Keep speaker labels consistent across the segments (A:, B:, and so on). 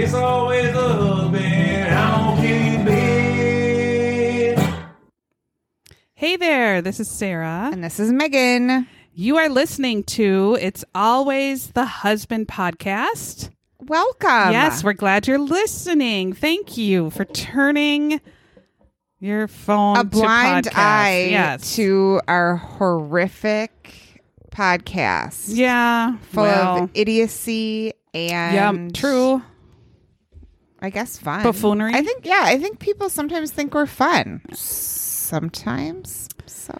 A: it's always the husband. I don't keep it.
B: Hey there, this is Sarah.
C: And this is Megan.
B: You are listening to It's Always the Husband podcast.
C: Welcome.
B: yes, we're glad you're listening. Thank you for turning your phone
C: a blind
B: to podcast.
C: eye
B: yes.
C: to our horrific podcast
B: yeah,
C: full
B: well,
C: of idiocy and
B: yeah, true.
C: I guess fun.
B: Buffoonery?
C: I think yeah, I think people sometimes think we're fun. Sometimes. So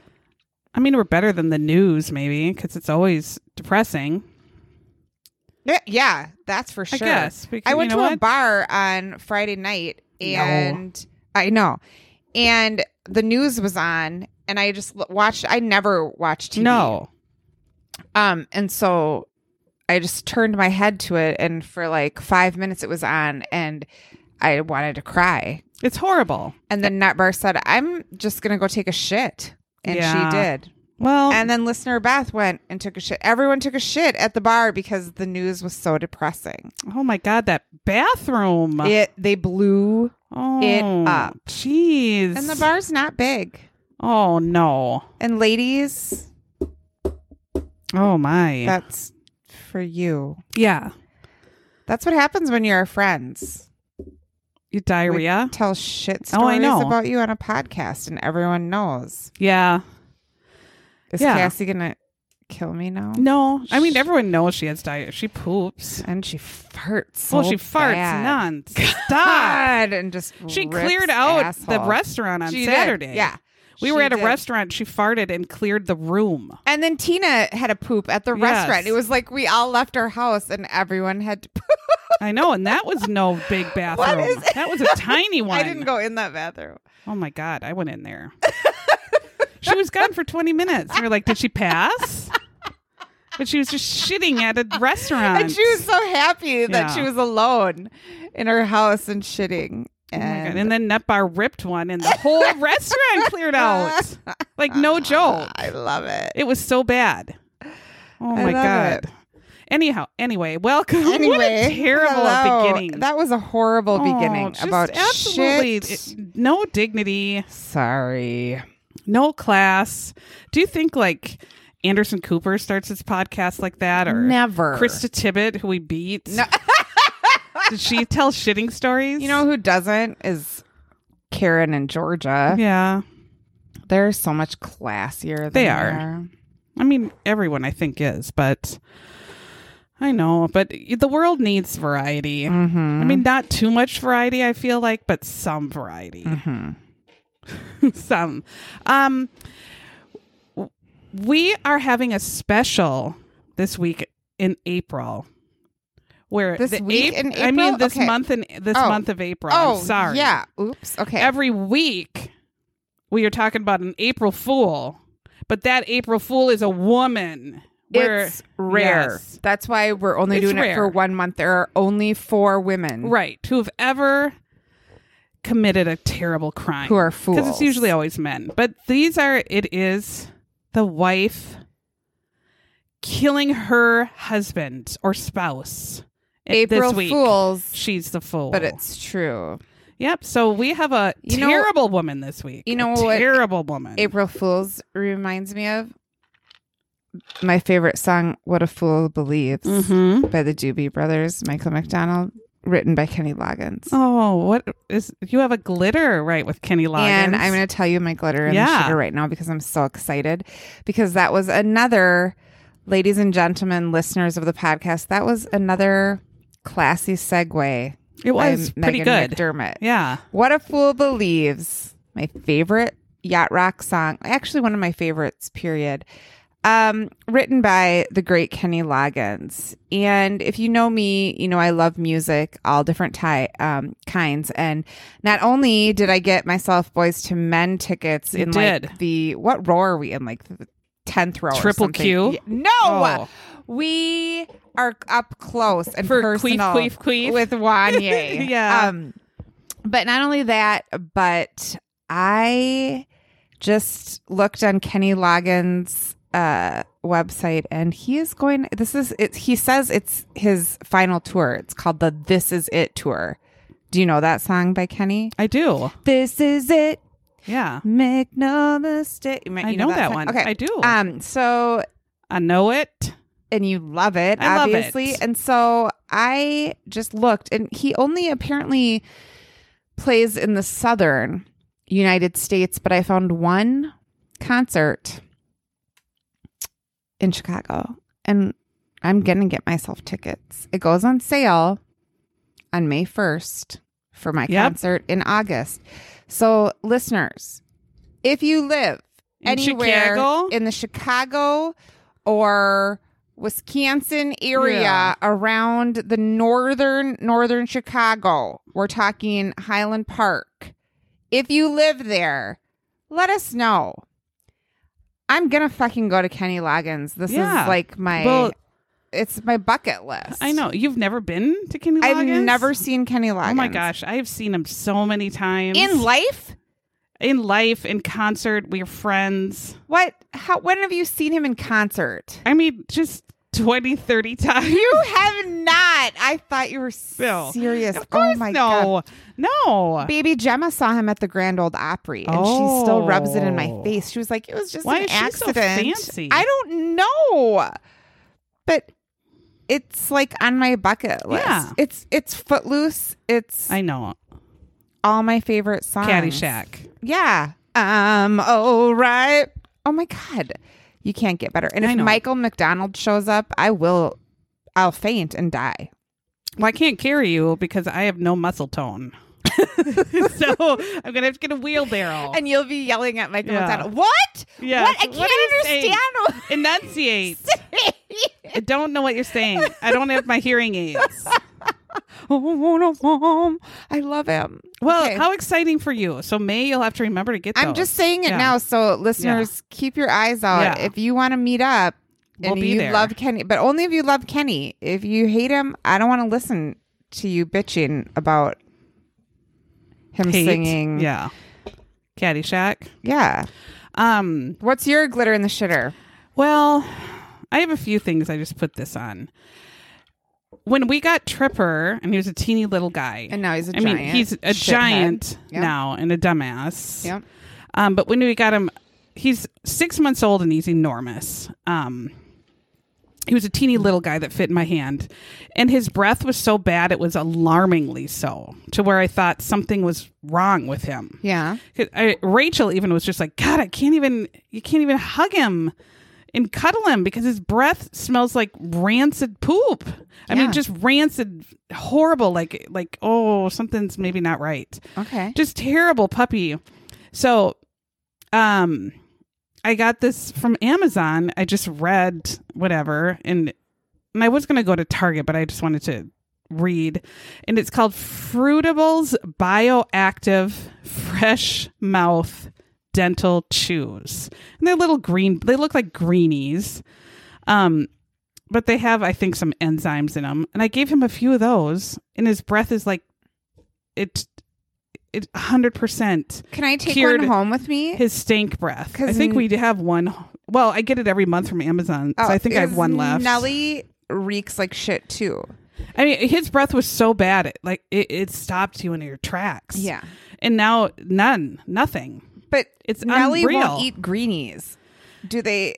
B: I mean, we're better than the news, maybe, because it's always depressing.
C: Yeah, yeah, that's for sure.
B: guess, because
C: I
B: you
C: went
B: know
C: to a
B: what?
C: bar on Friday night and I know. And the news was on and I just l- watched I never watched TV.
B: No,
C: Um, and so I just turned my head to it, and for like five minutes it was on, and I wanted to cry.
B: it's horrible.
C: And then Netbar said, "I'm just gonna go take a shit," and
B: Yeah.
C: she did.
B: Well,
C: And then listener Beth went and took a shit. Everyone took a shit at the bar because the news was so depressing.
B: Oh my god, that bathroom.
C: It they blew,
B: oh,
C: up.
B: Jeez.
C: and the bar's not big.
B: Oh no.
C: And ladies,
B: Oh my.
C: that's for you.
B: yeah.
C: That's what happens when you're our friends.
B: You
C: We
B: diarrhea.
C: tell shit
B: Oh, I
C: stories
B: know.
C: about you on a podcast, and everyone knows.
B: yeah.
C: Is
B: Yeah.
C: Cassie gonna kill me now?
B: No, I mean everyone knows she has diarrhea. She poops.
C: And she farts. So
B: well, she farts
C: bad.
B: none. Stop.
C: God, and just
B: she
C: rips
B: cleared out
C: asshole.
B: the restaurant on
C: She did.
B: Saturday.
C: Yeah,
B: We
C: She
B: were at a
C: did.
B: restaurant. She farted and cleared the room.
C: And then Tina had a poop at the
B: Yes.
C: restaurant. It was like we all left our house and everyone had to poop.
B: I know, and that was no big bathroom.
C: is-
B: that was a tiny one.
C: I didn't go in that bathroom.
B: Oh my God, I went in there. she was gone for 20 minutes. And we are like, did she pass? But she was just shitting at a restaurant.
C: And she was so happy that
B: Yeah.
C: she was alone in her house and shitting.
B: Oh my God.
C: And,
B: And then Netbar ripped one, and the whole restaurant cleared out. Like, no joke.
C: I love it.
B: It was so bad. Oh
C: I
B: my
C: love
B: God.
C: it.
B: Anyway, anyway, welcome.
C: Anyway,
B: what a terrible
C: hello.
B: beginning.
C: That was a horrible
B: Oh,
C: beginning
B: just
C: about
B: absolutely
C: shit.
B: it- no dignity.
C: Sorry.
B: no class. Do you think like Anderson Cooper starts his podcast like that, or
C: Never.
B: Krista Tibbett, who we beat?
C: No.
B: Did she tell shitting stories?
C: You know who doesn't is Karen and Georgia.
B: yeah.
C: They're so much classier than
B: They are. I mean, everyone I think is, but I know, but the world needs variety.
C: Mm-hmm.
B: I mean, not too much variety, I feel like, but some variety.
C: Mm-hmm.
B: some. Um, w- we are having a special this week in April. Where
C: This
B: the
C: week in
B: I mean
C: April?
B: this
C: Okay.
B: month in this
C: Oh.
B: month of April.
C: Oh,
B: I'm sorry.
C: Yeah. Oops. Okay.
B: Every week we are talking about an April Fool, but that April Fool is a woman. Where-
C: it's rare.
B: Yes.
C: That's why we're only
B: It's
C: doing it for
B: rare.
C: one month. There are only four women.
B: Right. Who have ever committed a terrible crime.
C: Who are
B: Because it's
C: fools.
B: usually always men. But these are, it is the wife killing her husband or spouse. I- this
C: April
B: week.
C: Fools.
B: She's the fool.
C: But it's true.
B: Yep. So we have a
C: You know-
B: terrible woman this week.
C: you
B: A
C: know what-
B: Terrible woman.
C: April Fools reminds me of my favorite song, What a Fool Believes
B: Mhm.
C: by the Doobie Brothers, Michael McDonald, written by Kenny Loggins.
B: Oh, what is you have a glitter right with Kenny Loggins?
C: And I'm going to tell you my glitter and
B: Yeah.
C: sugar right now because I'm so excited because that was another, ladies and gentlemen, listeners of the podcast, that was another classy segue.
B: it
C: by
B: was pretty
C: Megan
B: good.
C: McDermott.
B: Yeah,
C: What a Fool Believes, my favorite yacht rock song. Actually, one of my favorites, period. um, written by the great Kenny Loggins. And if you know me, you know I love music, all different ty- um, kinds. And not only did I get myself Boys to Men tickets
B: You
C: in
B: did.
C: like the what row are we in like the tenth row? or
B: Triple
C: something.
B: Q?
C: Yeah. No,
B: Oh.
C: we are up close uh, and
B: For queef,
C: personal
B: queef, queef.
C: with Wanye.
B: Yeah.
C: Um, but not only that, but I just looked on Kenny Loggins' uh, website, and he is going. This is it. He says it's his final tour. It's called the "This Is It" tour. Do you know that song by Kenny?
B: I do.
C: This is it.
B: Yeah.
C: Make no mistake. You
B: I know that
C: song?
B: one.
C: Okay,
B: I do.
C: Um. So
B: I know it.
C: and you love it,
B: I love
C: obviously.
B: it.
C: And so I just looked, and he only apparently plays in the southern United States, but I found one concert in Chicago, and I'm gonna get myself tickets. It goes on sale on May 1st for my
B: Yep.
C: concert in August. So, listeners, if you live
B: In
C: anywhere
B: Chicago?
C: in the Chicago or Wisconsin area
B: Yeah.
C: around the northern northern Chicago, we're talking Highland Park. If you live there, let us know. I'm gonna fucking go to Kenny Loggins. This
B: Yeah.
C: is like my
B: Well-
C: it's my bucket list.
B: I know. You've never been to Kenny
C: I've
B: Loggins?
C: never seen Kenny Loggins.
B: Oh my gosh, I've seen him so many times
C: In life?
B: in life, in concert. We're friends.
C: What how when have you seen him in concert?
B: I mean, just 20, 30 times.
C: You have not. I thought you were
B: No.
C: serious.
B: Of course,
C: oh my god.
B: no, no.
C: Baby Gemma saw him at the Grand Old Opry, and she still rubs it in my
B: Oh.
C: face. She was like, "It was just
B: Why
C: an
B: is she so
C: accident."
B: fancy?
C: I don't know, but it's like on my bucket list.
B: Yeah.
C: It's it's Footloose. It's
B: I know.
C: all my favorite songs.
B: Caddyshack.
C: Yeah. Um. All right. Oh my god, you can't get better. And
B: I
C: if
B: know.
C: Michael McDonald shows up, I will. I'll faint and die.
B: Well, I can't carry you because I have no muscle tone. so I'm gonna have to get a wheelbarrow.
C: And you'll be yelling at Michael
B: Oh. Yeah.
C: McDonald. What?
B: Yeah.
C: What? I can't
B: What are you saying?
C: understand.
B: Enunciate. I don't know what you're saying. I don't have my hearing aids.
C: I love him.
B: Well,
C: Okay.
B: how exciting for you. So May you'll have to remember to get those.
C: I'm just saying it
B: Yeah.
C: now, so listeners, keep your eyes out.
B: Yeah.
C: If you want to meet up,
B: We'll
C: and
B: be
C: you
B: there.
C: love Kenny, but only if you love Kenny. If you hate him, I don't want to listen to you bitching about him
B: Hate.
C: singing.
B: Yeah. Caddyshack.
C: yeah.
B: Um,
C: What's your glitter in the shitter?
B: well, I have a few things I just put this on. When we got Tripper, and he was a teeny little guy.
C: And now he's a
B: I
C: giant.
B: mean, he's a
C: shithead.
B: giant
C: Yep.
B: now and a dumbass.
C: Yep.
B: Um, but when we got him, he's six months old and he's enormous. Um, he was a teeny little guy that fit in my hand, and his breath was so bad it was alarmingly so to where I thought something was wrong with him.
C: Yeah.
B: 'Cause I, Rachel even was just like, God, I can't even. You can't even hug him and cuddle him because his breath smells like rancid poop. I
C: Yeah.
B: mean, just rancid, horrible. Like, like oh, something's maybe not right
C: Okay.
B: just terrible puppy. So, um, I got this from Amazon. I just read whatever, and and I was gonna go to Target, but I just wanted to read, and it's called Fruitables Bioactive Fresh Mouth Dental Chews, and they're little green. They look like greenies. Um. But they have, I think, some enzymes in them, and I gave him a few of those, and his breath is like, it it hundred percent
C: Can I take
B: cured-
C: one home with me?
B: his stank breath.
C: 'Cause
B: I think
C: n-
B: we have one. Well, I get it every month from Amazon, so I think I have
C: Oh, is
B: one left.
C: Nelly reeks like shit too.
B: I mean, his breath was so bad, it, like it, it stopped you in your tracks.
C: Yeah.
B: and now none, nothing.
C: But
B: It's
C: Nelly
B: unreal.
C: won't eat greenies. Do they?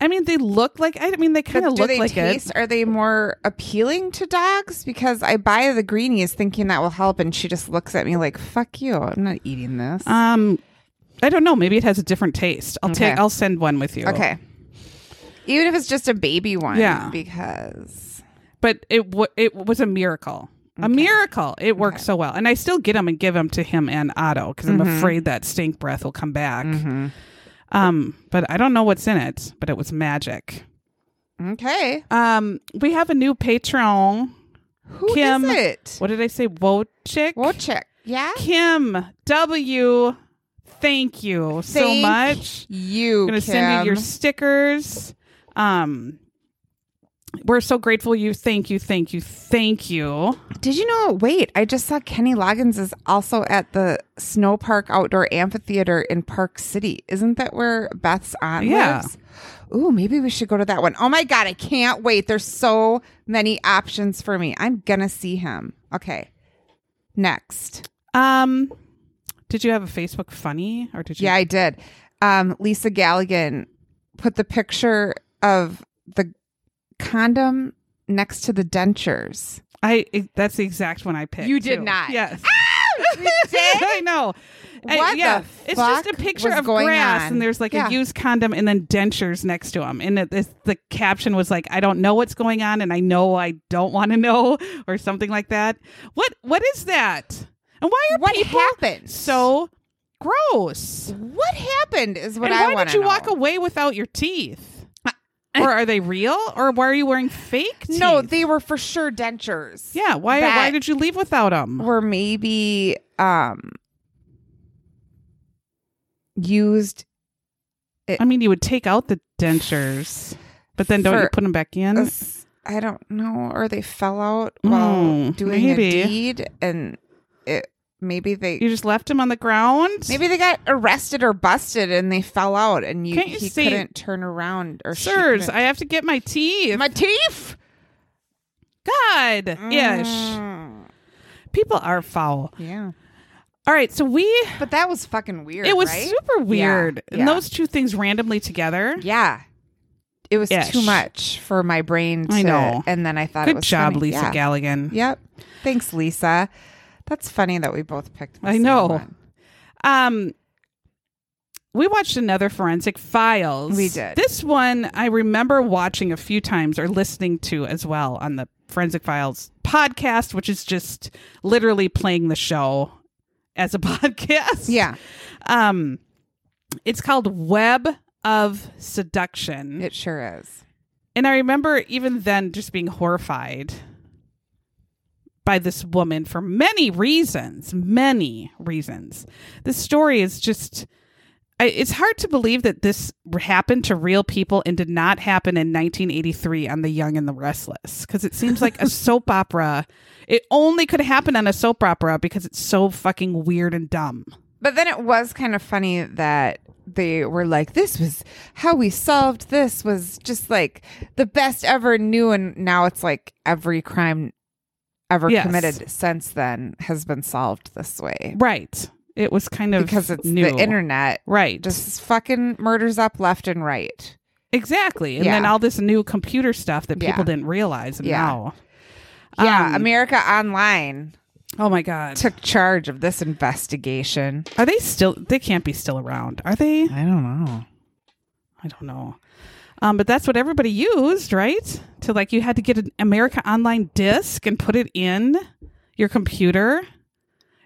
B: I mean, they look like. I mean, they kind
C: But
B: of
C: do
B: look
C: they
B: like
C: taste?
B: it.
C: Are they more appealing to dogs? Because I buy the greenies thinking that will help, and she just looks at me like "fuck you." I'm not eating this.
B: Um, I don't know. Maybe it has a different taste. I'll
C: Okay.
B: take. I'll send one with you.
C: okay. Even if it's just a baby one,
B: Yeah.
C: Because
B: but it w- it was a miracle. A miracle. It worked so well. And I
C: Mm-hmm.
B: still get them and give them to him and Otto because I'm afraid that stink breath will come back. Um, but I don't know what's in it, but it was magic.
C: Okay.
B: Um, we have a new patron.
C: Who is
B: Kim.
C: it?
B: What did I say? Wojcik?
C: Wojcik. Yeah.
B: Kim W. Thank you so
C: Thank
B: much.
C: You.
B: I'm gonna
C: Kim.
B: send you your stickers. Um, we're so grateful. You thank you, thank you, thank you.
C: Did you know? Wait, I just saw Kenny Loggins is also at the Snow Park Outdoor Amphitheater in Park City. Isn't that where Beth's aunt
B: Yeah.
C: lives? Ooh, maybe we should go to that one. Oh my God, I can't wait. There's so many options for me. I'm going to see him. Okay. Next.
B: Um, did you have a Facebook funny or did you?
C: Yeah, I did. Um, Lisa Galligan put the picture of the condom next to the dentures.
B: I it- that's the exact one I picked.
C: You did
B: too.
C: not.
B: Yes.
C: did?
B: I know. And,
C: What the
B: yeah, it's just a
C: fuck
B: picture
C: was
B: of
C: going
B: grass,
C: on?
B: and there's like
C: Yeah.
B: a used condom, and then dentures next to them. And it, it's, the caption was like, "I don't know what's going on, and I know I don't want to know," or something like that. What What is that? And why are
C: What
B: people
C: happened?
B: so gross?
C: What happened is what
B: and
C: I
B: why
C: want
B: did
C: to
B: you
C: know.
B: walk away without your teeth? or are they real? Or why are you wearing fake? Teeth?
C: No, they were for sure dentures.
B: yeah. Why?
C: that-
B: Why did you leave without them?
C: Were maybe um used
B: I mean, you would take out the dentures, but then don't you
C: For-
B: put them back in?
C: as I don't know, or they fell out while
B: Mm,
C: doing
B: maybe.
C: a deed and it maybe they
B: You just left him on the ground.
C: maybe they got arrested or busted and they fell out and you,
B: Can't you
C: he
B: see-
C: couldn't turn around or she
B: sirs,
C: couldn't-
B: I have to get my teeth.
C: my teeth
B: God, ish.
C: Mm,
B: People are foul.
C: yeah.
B: All right, so we.
C: But that was fucking weird.
B: It was
C: right?
B: super weird.
C: yeah.
B: And those two things randomly together.
C: Yeah. It was
B: Ish.
C: too much for my brain to
B: I know.
C: and then I thought it
B: Good
C: was
B: job,
C: funny.
B: Lisa
C: yeah.
B: Galligan.
C: Yep. Thanks, Lisa. That's funny that we both picked the
B: I
C: same
B: know.
C: one.
B: Um, we watched another Forensic Files.
C: We did.
B: This one I remember watching a few times or listening to as well on the Forensic Files podcast, which is just literally playing the show as a podcast.
C: Yeah.
B: Um, it's called Web of Seduction.
C: It sure is.
B: and I remember even then just being horrified by this woman for many reasons, many reasons. This story is just. I, it's hard to believe that this happened to real people and did not happen in 1983 on The Young and the Restless because it seems like a soap opera. It only could happen on a soap opera because it's so fucking weird and dumb.
C: But then it was kind of funny that they were like, This was how we solved this was just like the best ever new and now it's like every crime ever
B: Yes.
C: committed since then has been solved this way.
B: Right. It was kind of
C: Because it's
B: new.
C: the internet
B: Right.
C: just fucking murders up left and right.
B: exactly. And
C: Yeah.
B: then all this new computer stuff that people
C: Yeah.
B: didn't realize and
C: Yeah.
B: now.
C: Yeah,
B: Um,
C: Uh, America Online
B: Oh my god.
C: took charge of this investigation.
B: Are they still they can't be still around. Are they?
C: I don't know.
B: I don't know. Um, but that's what everybody used, right? To like you had to get an America Online disc and put it in your computer.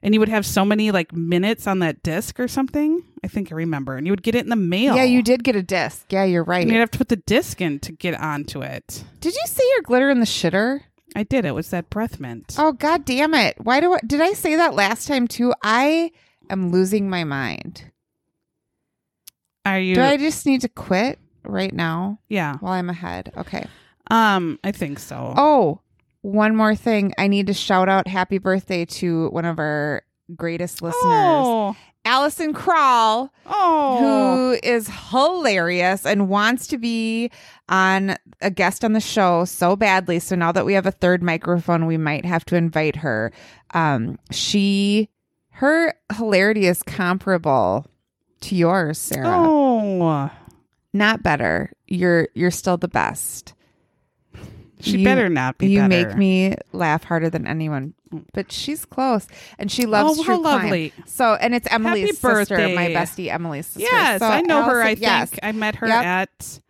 B: And you would have so many like minutes on that disc or something. I think I remember. And you would get it in the mail.
C: Yeah, you did get a disc. Yeah, you're right.
B: And you'd have to put the disc in to get onto it.
C: Did you see your glitter in the shitter?
B: I did. It was that breath mint.
C: Oh god damn it. Why do I did I say that last time too? I am losing my mind.
B: Are you?
C: Do I just need to quit right now
B: yeah.
C: while I'm ahead? Okay.
B: Um, I think so.
C: Oh, one more thing. I need to shout out happy birthday to one of our greatest listeners,
B: Oh.
C: Allison Krall.
B: Oh.
C: who is hilarious and wants to be on a guest on the show so badly. So now that we have a third microphone, we might have to invite her. Um, she her hilarity is comparable to yours, Sarah.
B: Oh.
C: Not better. You're you're still the best.
B: She
C: You-
B: better not be.
C: you
B: better.
C: make me laugh harder than anyone, but she's close and she loves
B: Oh,
C: true
B: how
C: crime.
B: lovely.
C: So and it's Emily's sister,
B: birthday.
C: my bestie Emily's sister.
B: Yes,
C: So
B: I know her. I
C: Allison-
B: think
C: yes.
B: I met her
C: Yep.
B: at.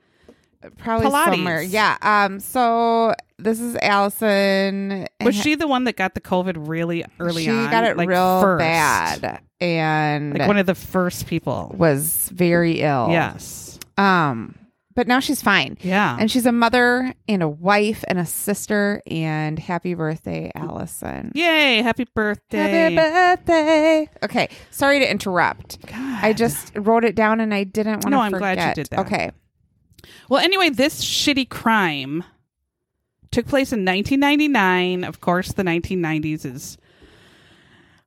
C: probably
B: Pilates.
C: somewhere. Yeah. Um. So This is Allison.
B: Was she the one that got the COVID really early
C: she
B: on?
C: got it
B: Like,
C: real
B: first.
C: bad and
B: Like one of the first people.
C: was very ill.
B: Yes.
C: Um, but now she's fine.
B: Yeah.
C: And she's a mother and a wife and a sister. And happy birthday, Allison.
B: Yay. Happy birthday.
C: Happy birthday. Okay. Sorry to interrupt. I just wrote it down and I didn't want to
B: No, I'm
C: forget.
B: glad you did that.
C: Okay.
B: Well, anyway, this shitty crime took place in 1999. Of course, the 1990s is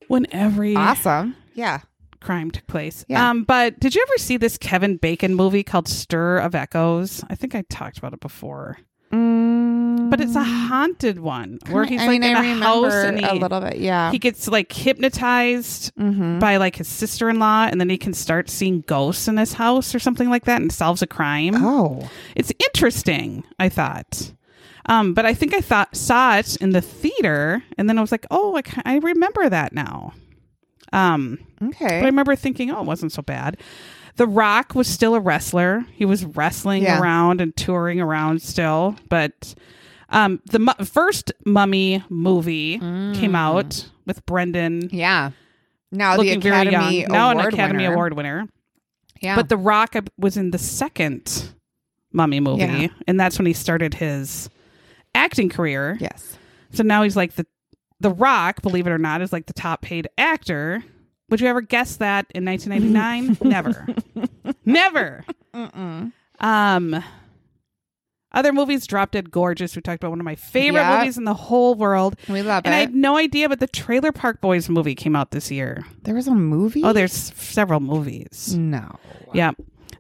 B: when every
C: Awesome. Yeah.
B: crime took place.
C: Yeah.
B: Um, but did you ever see this Kevin Bacon movie called Stir of Echoes? I think I talked about it before.
C: Mm,
B: But it's a haunted one where he's
C: I
B: like
C: mean,
B: in
C: I
B: a
C: remember
B: house and he,
C: a little bit. Yeah.
B: he gets like hypnotized
C: mm-hmm.
B: by like his sister-in-law and then he can start seeing ghosts in his house or something like that and solves a crime.
C: Oh.
B: It's interesting, I thought. Um, but I think I thought saw it in the theater, and then I was like, "Oh, I, ca- I remember that now." Um, but I
C: Okay.
B: remember thinking, "Oh, it wasn't so bad." The Rock was still a wrestler; he was wrestling
C: Yeah.
B: around and touring around still. But um, the mu- first Mummy movie came out with Brendan
C: Mm. Yeah. Now
B: looking
C: the Academy
B: very young,
C: Award
B: now an Academy
C: winner. Oh.
B: Award winner.
C: Yeah.
B: But The Rock uh, was in the second Mummy movie,
C: Yeah.
B: and that's when he started his acting career.
C: yes.
B: So now he's like the The Rock, believe it or not, is like the top paid actor. Would you ever guess that in 1999? Never. Never.
C: Mm-mm.
B: Um other movies, Drop Dead Gorgeous, we talked about one of my favorite
C: Yeah.
B: movies in the whole world.
C: We love
B: And I
C: it.
B: had no idea, but the Trailer Park Boys movie came out this year.
C: there was a movie.
B: Oh, there's several movies.
C: no.
B: Yeah.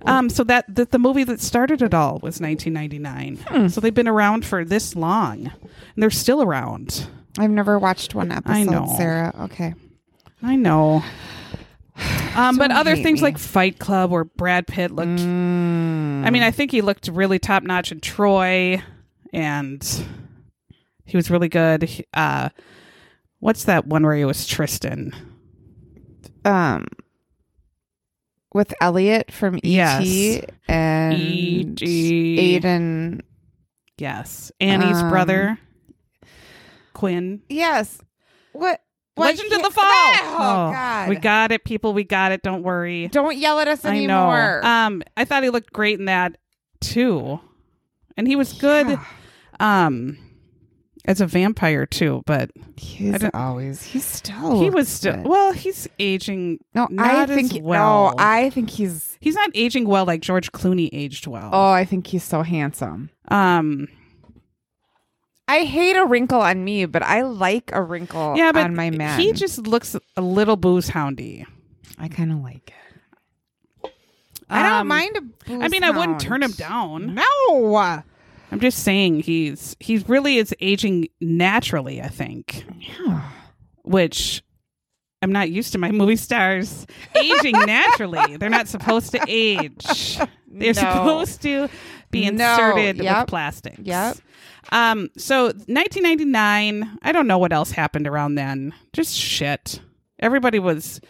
B: Um, so that, that the movie that started it all was 1999.
C: Hmm.
B: So they've been around for this long, and they're still around.
C: I've never watched one episode.
B: know.
C: Sarah. Okay.
B: I know. Um, but
C: Don't
B: other
C: hate
B: things
C: me.
B: like Fight Club, where Brad Pitt looked.
C: Mm.
B: I mean, I think he looked really top notch in Troy, and he was really good. He- Uh, what's that one where he was Tristan?
C: Um. With Elliot from ET
B: Yes. E
C: and
B: E.T..
C: Aiden.
B: Yes, Annie's
C: Um,
B: brother, Quinn.
C: Yes. What? what
B: Legend of
C: he-
B: the Fall.
C: Ah, Oh, God.
B: we got it, people. We got it. Don't worry.
C: Don't yell at us
B: I
C: anymore.
B: know. Um, I thought he looked great in that too, and he was good.
C: Yeah.
B: Um, as a vampire too, but I
C: He's
B: don't-
C: always. He's still.
B: he was still
C: Oh, good.
B: well. He's aging.
C: No, I
B: not
C: think.
B: as well.
C: No, I think he's.
B: He's not aging well like George Clooney aged well.
C: Oh, I think he's so handsome.
B: Um,
C: I hate a wrinkle on me, but I like a wrinkle
B: yeah, but
C: Oh, on my man.
B: he just looks a little booze houndy.
C: I kind of like it. I don't
B: Um,
C: mind. A
B: I mean, I wouldn't turn him down.
C: No.
B: I'm just saying he's he really is aging naturally. I think. which I'm not used to my movie stars aging naturally. They're not supposed to age. They're
C: No.
B: supposed to be
C: No.
B: inserted with
C: Yep.
B: plastics.
C: Yep.
B: Um, so 1999, I don't know what else happened around then. Just shit. Everybody was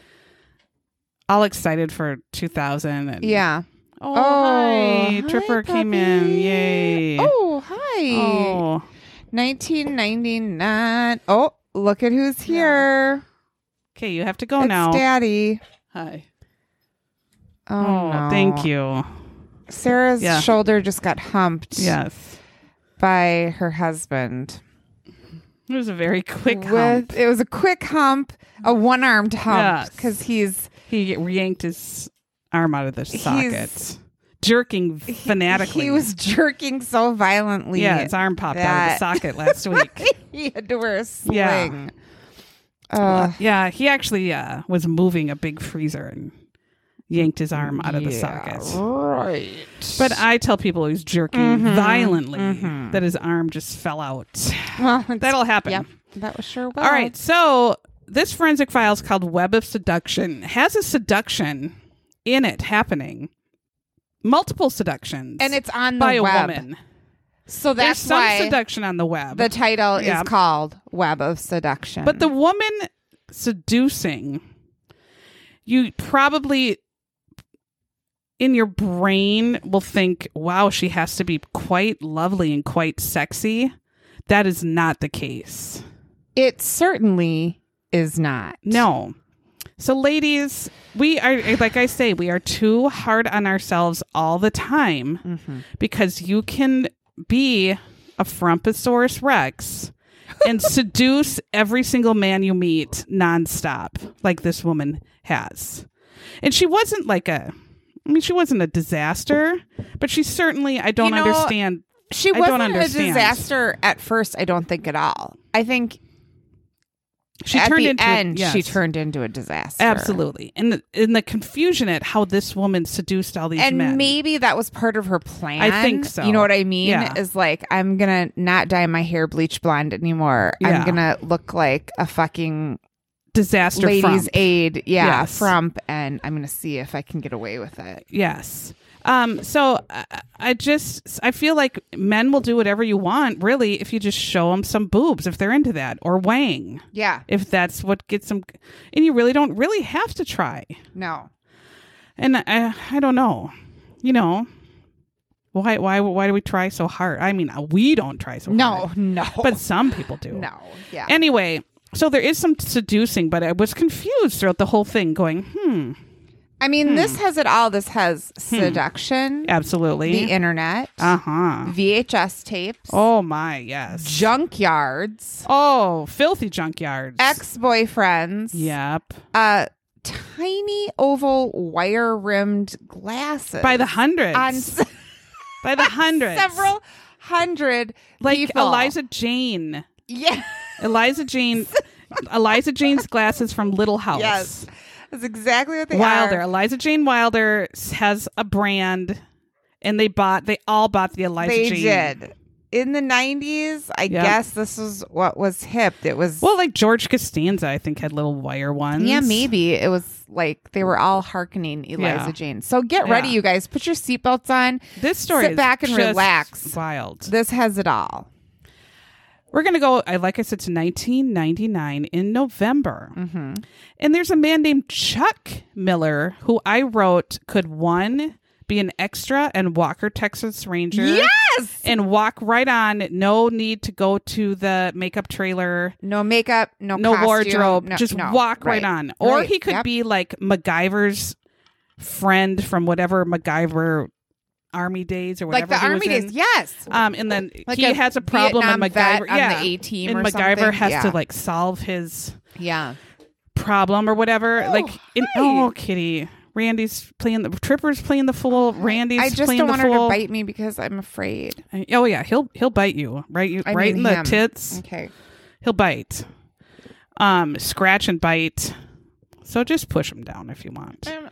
B: all excited for 2000. And,
C: Yeah.
B: Oh,
C: Oh,
B: hi.
C: hi,
B: Tripper came in.
C: puppy.
B: Yay.
C: Oh, hi.
B: Oh.
C: 1999. Oh, look at who's here.
B: Okay, you have to go
C: it's
B: now.
C: Daddy.
B: Hi.
C: Oh,
B: Oh,
C: no.
B: thank you.
C: Sarah's
B: Yeah.
C: shoulder just got humped
B: Yes.
C: by her husband.
B: It was a very quick
C: With
B: hump.
C: it was a quick hump, a one-armed hump
B: Yes.
C: because he's
B: He yanked his arm out of the socket,
C: He's-
B: jerking fanatically.
C: he was jerking so violently.
B: yeah, his arm popped out of the
C: that-
B: socket last week.
C: he had to wear a sling. Uh,
B: Yeah.
C: Ugh.
B: yeah, he actually uh, was moving a big freezer and yanked his arm out of the
C: Yeah,
B: socket.
C: Right.
B: But I tell people he was jerking
C: Mm-hmm.
B: violently that his arm just fell out.
C: well, it's-
B: That'll happen.
C: Mm-hmm. Yep. That was sure. Will.
B: All right, so this forensic file is called Web of Seduction. Has a seduction in it happening, multiple seductions,
C: And it's on the
B: by a
C: web.
B: woman.
C: So
B: There's
C: that's
B: some
C: why
B: seduction on the web,
C: the title
B: Yeah.
C: is called Web of Seduction.
B: but the woman seducing, you probably in your brain will think, "Wow, she has to be quite lovely and quite sexy." That is not the case.
C: It certainly is not.
B: No. So, ladies, we are, like I say, we are too hard on ourselves all the time
C: Mm-hmm.
B: because you can be a Frumposaurus Rex and seduce every single man you meet nonstop, like this woman has. And she wasn't like a, I mean, she wasn't a disaster, but she certainly, I don't
C: You know,
B: understand.
C: She
B: I don't
C: wasn't a
B: understand.
C: disaster at first, I don't think at all. I think
B: She
C: at
B: turned
C: the
B: into,
C: end she
B: yes.
C: turned into a disaster.
B: Absolutely. And the, and the confusion at how this woman seduced all these
C: And
B: men.
C: maybe that was part of her plan.
B: I think so.
C: You know what I mean?
B: Yeah.
C: Is like I'm gonna not dye my hair bleach blonde anymore.
B: Yeah.
C: I'm gonna look like a fucking
B: disaster
C: ladies'
B: from.
C: aid. Yeah,
B: Yes.
C: frump, and I'm gonna see if I can get away with it.
B: Yes. Um, so I, I just I feel like men will do whatever you want, really, if you just show them some boobs if they're into that, or wang
C: Yeah,
B: if that's what gets them. And you really don't really have to try.
C: no.
B: And I I don't know, you know, why why why do we try so hard? I mean, uh, we don't try so
C: No,
B: hard,
C: no.
B: but some people do.
C: no. Yeah.
B: Anyway, so there is some seducing, but I was confused throughout the whole thing, going, hmm,
C: I mean, this has it all. This has seduction, the
B: absolutely,
C: internet,
B: uh huh.
C: VHS tapes,
B: Oh my, yes.
C: junkyards,
B: Oh, filthy junkyards.
C: ex boyfriends,
B: Yep.
C: uh, tiny oval wire rimmed glasses
B: By the hundreds.
C: on s-
B: By the hundreds.
C: several hundred
B: Like
C: people.
B: Eliza Jane.
C: Yeah,
B: Eliza Jane. Eliza Jane's glasses from Little House.
C: yes, that's exactly what they
B: Wilder.
C: are.
B: Eliza Jane Wilder s- has a brand, and they bought. They all bought the Eliza
C: They
B: Jane.
C: did in the nineties. I
B: Yeah.
C: guess this was what was hip. It was
B: Well, like George Costanza, I think had little wire ones.
C: Yeah, maybe it was like they were all hearkening Eliza
B: Yeah.
C: Jane. So get ready,
B: Yeah.
C: you guys. Put your seatbelts on.
B: This story.
C: Sit
B: is
C: back and
B: just
C: relax.
B: Wild.
C: This has it all.
B: We're going to go, I like I said, to 1999 in November.
C: Mm-hmm.
B: And there's a man named Chuck Miller who I wrote could one be an extra and Walker, Texas Ranger.
C: Yes.
B: And walk right on. No need to go to the makeup trailer,
C: No makeup. No.
B: no
C: costume,
B: wardrobe.
C: no-
B: just
C: no,
B: walk right, on. Or
C: Right,
B: he could
C: yep.
B: be like MacGyver's friend from whatever MacGyver army days or
C: like
B: whatever.
C: the
B: he was
C: army
B: in.
C: days. Yes.
B: Um, and then
C: Like
B: he
C: a
B: has a problem, and
C: Vietnam vet
B: MacGyver,
C: on
B: yeah,
C: the A-team
B: and
C: or
B: MacGyver
C: something.
B: has
C: Yeah.
B: to like solve his
C: Yeah.
B: problem or whatever. like, in,
C: hi.
B: oh, Kitty, Randy's playing the Tripper's playing the fool. Randy's
C: I just
B: playing
C: don't
B: the
C: want her
B: fool.
C: to bite me because I'm afraid.
B: I- Oh yeah, he'll he'll bite you right you,
C: I
B: right
C: mean
B: in the
C: him. Mm.
B: tits.
C: Okay.
B: He'll bite, um, scratch and bite. So just push him down if you want.
C: Um,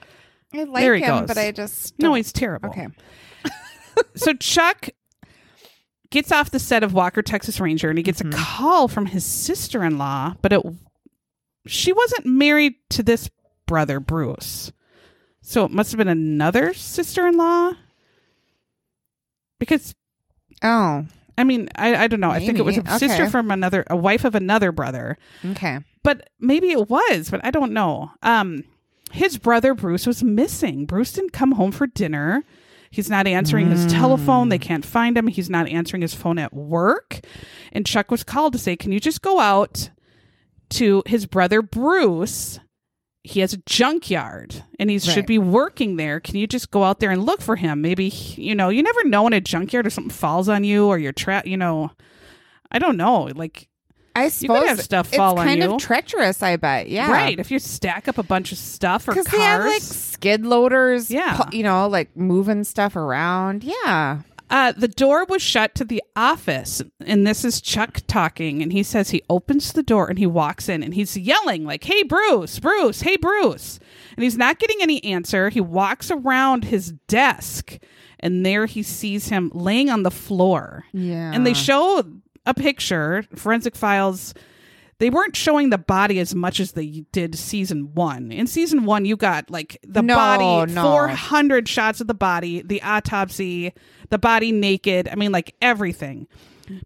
C: I like
B: There he
C: him,
B: goes.
C: but I just
B: No,
C: don't-
B: he's terrible.
C: okay.
B: so Chuck gets off the set of Walker Texas Ranger and he gets a
C: Mm-hmm.
B: call from his sister-in-law, but it she wasn't married to this brother Bruce. So it must have been another sister-in-law. Because
C: Oh.
B: I mean, I, I don't know. I think it was a
C: Maybe. Okay.
B: sister from another a wife of another brother.
C: Okay.
B: But maybe it was, but I don't know. Um his brother Bruce was missing. Bruce didn't come home for dinner. He's not answering his telephone. They can't find him. He's not answering his phone at work. And Chuck was called to say, Can you just go out to his brother Bruce? He has a junkyard and he should
C: Right.
B: be working there. Can you just go out there and look for him? Maybe, he- you know, you never know in a junkyard if something falls on you or you're trapped, you know. I don't know. Like,
C: I
B: you could
C: suppose
B: have stuff
C: it's
B: fall on
C: kind
B: you.
C: of treacherous. I bet. Yeah.
B: Right. If you stack up a bunch of stuff or cars.
C: because they have like skid loaders,
B: Yeah.
C: pu- you know, like moving stuff around. Yeah,
B: uh, the door was shut to the office. And this is Chuck talking. And he says he opens the door and he walks in and he's yelling, like, hey, Bruce, Bruce, hey, Bruce. And he's not getting any answer. He walks around his desk and there he sees him laying on the floor.
C: yeah.
B: And they show a picture, Forensic Files. They weren't showing the body as much as they did season one. In season one, you got like the
C: No,
B: body,
C: no.
B: 400 shots of the body, the autopsy, the body naked. I mean, like everything.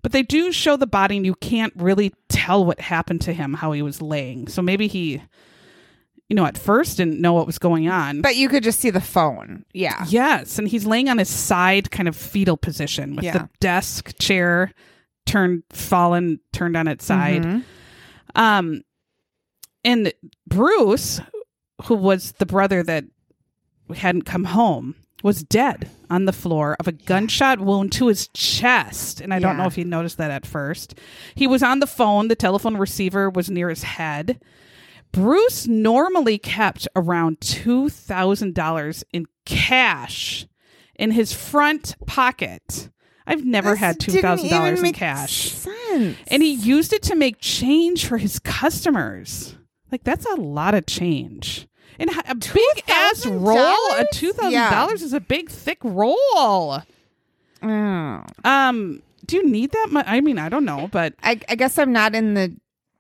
B: But they do show the body, and you can't really tell what happened to him, how he was laying. So maybe he, you know, at first didn't know what was going on.
C: but you could just see the phone. Yeah,
B: Yes, and he's laying on his side, kind of fetal position with
C: Yeah.
B: the desk chair turned fallen turned on its side
C: Mm-hmm.
D: Mhm.
B: um and bruce who was the brother that hadn't come home was dead on the floor of a gunshot wound to his chest and i
D: Yeah.
B: don't know if you noticed that at first he was on the phone the telephone receiver was near his head bruce normally kept around $2000 in cash in his front pocket i've never had $2000 in cash
C: Sense.
B: and he used it to make change for his customers. Like that's a lot of change. And h- a big ass roll, a two thousand dollars is a big thick roll.
C: Oh.
B: Um, do you need that much? I mean, I don't know, but
C: I, I guess I'm not in the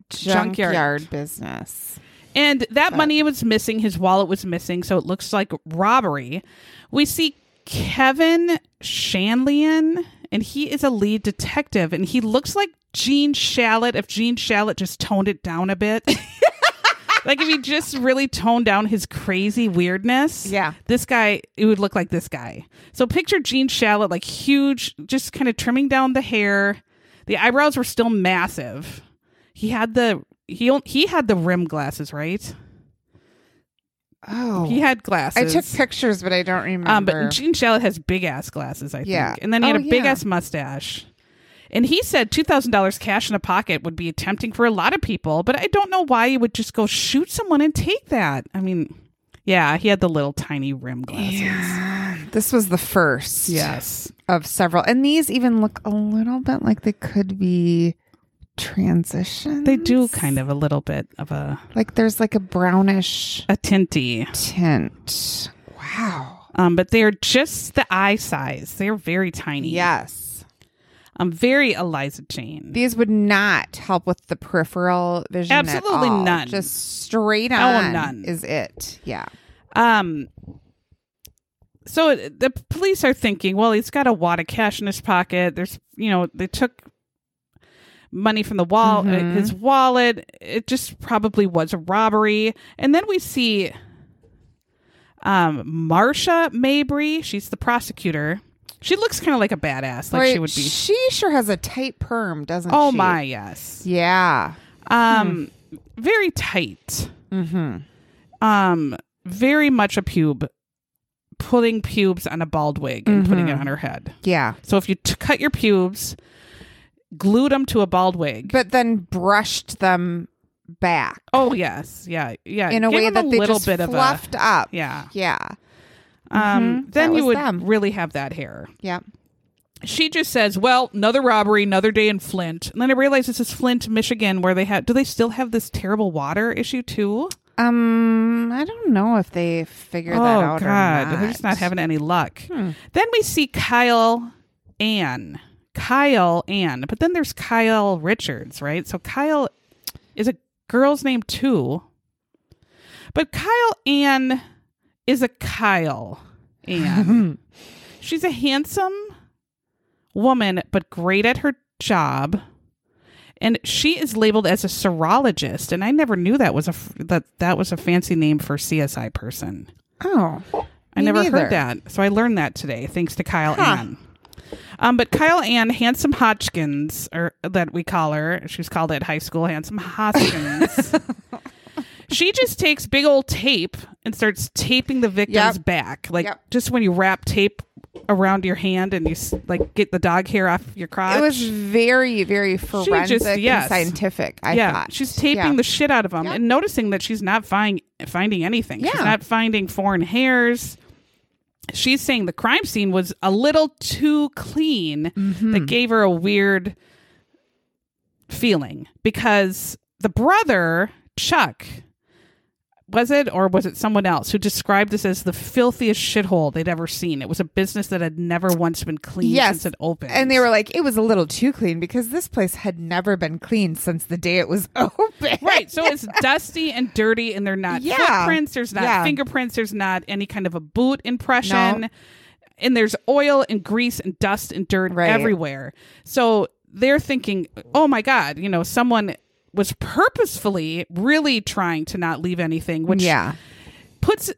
B: Junkyard.
C: junkyard, business.
B: and that money was missing. His wallet was missing, so it looks like robbery. We see Kevin Shanlian, and he is a lead detective, and he looks like Gene Shalit if Gene Shalit just toned it down a bit. like if he just really toned down his crazy weirdness.
C: Yeah.
B: This guy, it would look like this guy. So picture Gene Shalit, like huge, just kind of trimming down the hair. The eyebrows were still massive. He had the he on- he had the rim glasses, right?
C: Oh.
B: He had
C: I
B: glasses.
C: took pictures, but I don't remember.
B: um, but Gene Shalit has big ass glasses, I think.
C: Yeah.
B: And then he
C: Oh,
B: had a big
C: yeah.
B: ass mustache. And he said two thousand dollars cash in a pocket would be tempting for a lot of people, but I don't know why you would just go shoot someone and take that. I mean, yeah, he had the little tiny rim glasses.
C: this was the first
B: Yes.
C: of several. And these even look a little bit like they could be transition.
B: They do kind of a little bit of a
C: Like there's like a brownish
B: a tinty.
C: tint. Wow.
B: Um, but they're just the eye size. They're very tiny.
C: Yes.
B: Um, very Eliza Jane.
C: These would not help with the peripheral vision. at
B: Absolutely
C: all.
B: none.
C: Just straight on
B: Oh, none.
C: is it. Yeah.
B: Um, so it- the police are thinking, well, he's got a wad of cash in his pocket. There's, you know, they took money from the wall, uh,
C: Mhm.
B: his wallet. It just probably was a robbery. And then we see, um, Marsha Mabry. She's the prosecutor. She looks kind of like a badass, like she
C: Right.
B: would be.
C: She sure has a tight perm, doesn't
B: Oh
C: she?
B: my, yes.
C: Yeah.
B: Um, very tight.
C: Hmm. Mm-hmm.
B: um very much a pube putting pubes on a bald wig and putting
C: Mm-hmm.
B: it on her head
C: Yeah.
B: so if you t- cut your pubes glued them to a bald wig
C: But then brushed them back
B: oh yes yeah yeah
C: in a
B: Give
C: way
B: them
C: that they
B: little
C: just
B: bit of
C: fluffed up.
B: a yeah
C: Yeah.
B: um
C: Mhm.
B: then
C: That
B: you would
C: was them.
B: really have that hair
C: Yeah.
B: she just says well another robbery another day in flint and then i realize this is flint michigan where they have do they still have this terrible water issue too
C: Um, I don't know if they figure that out or not. Hmm.
B: They're Oh, just not having any luck. Then we see Kyle Ann. Kyle Ann. But then there's Kyle Richards, right? So Kyle is a girl's name too. But Kyle Ann is a Kyle Ann. She's a handsome woman, but great at her job. And she is labeled as a serologist, and I never knew that was a f- that that was a fancy name for CSI person.
C: Oh,
B: I
C: Me
B: never
C: neither.
B: heard that. So I learned that today, thanks to Kyle
C: Huh.
B: Ann. Um, but Kyle Ann, handsome Hodgkins, or that we call her, she was called at high school, handsome Hodgkins. she just takes big old tape and starts taping the victim's
C: Yep.
B: back, like
C: Yep.
B: just when you wrap tape around your hand and you s- like get the dog hair off your crotch.
C: it was very, very forensic
B: yes.
C: and scientific. I
B: yeah,
C: thought
B: she's taping
C: Yeah.
B: the shit out of them
C: Yep.
B: and noticing that she's not find, finding anything. She's
C: Yeah.
B: not finding foreign hairs. She's saying the crime scene was a little too clean
C: Mm-hmm.
B: that gave her a weird feeling because the brother, Chuck, was it or was it someone else who described this as the filthiest shithole they'd ever seen? It was a business that had never once been cleaned
C: Yes.
B: since it opened.
C: and they were like, it was a little too clean because this place had never been cleaned since the day it was open.
B: Right. So it's dusty and dirty, and they're not
C: Yeah.
B: footprints. There's not
C: Yeah.
B: fingerprints. There's not any kind of a boot impression.
C: No.
B: And there's oil and grease and dust and dirt
C: Right.
B: everywhere. So they're thinking, oh my God, you know, someone was purposefully really trying to not leave anything, which
C: yeah,
B: puts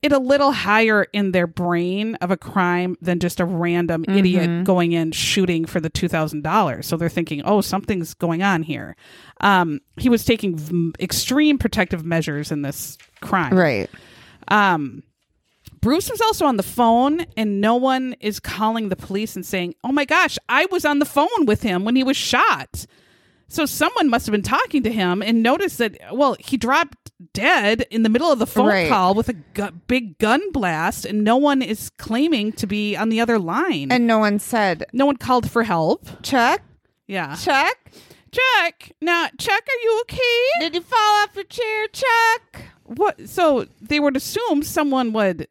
B: it a little higher in their brain of a crime than just a random idiot going in shooting for the $2000 so they're thinking oh something's going on here um, he was taking v- extreme protective measures in this crime
C: Right.
B: um, Bruce was also on the phone, and no one is calling the police and saying, Oh my gosh, I was on the phone with him when he was shot. So someone must have been talking to him and noticed that, well, he dropped dead in the middle of the phone
C: Right.
B: call with a gu- big gun blast, and no one is claiming to be on the other line.
C: And no one said,
B: no one called for help.
C: Chuck,
B: Yeah.
C: Chuck,
B: Chuck, now, Chuck, are you okay?
C: did you fall off your chair, Chuck?
B: What? So they would assume someone would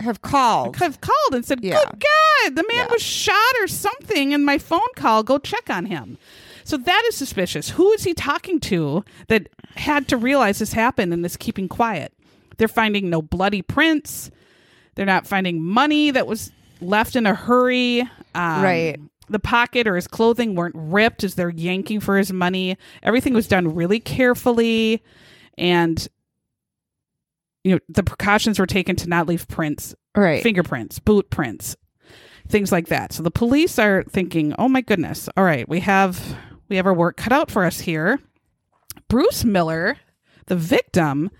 C: Have called.
B: have called and said,
C: Yeah.
B: "Good God, the man
C: Yeah.
B: was shot or something." And my phone call, go check on him. So that is suspicious. Who is he talking to that had to realize this happened and is keeping quiet? They're finding no bloody prints. They're not finding money that was left in a hurry. Um,
C: Right.
B: The pocket or his clothing weren't ripped as they're yanking for his money. Everything was done really carefully. And, you know, the precautions were taken to not leave prints
C: Right.
B: fingerprints, boot prints, things like that. So the police are thinking, "Oh my goodness. All right, we have we have our work cut out for us here." Bruce Miller, the victim,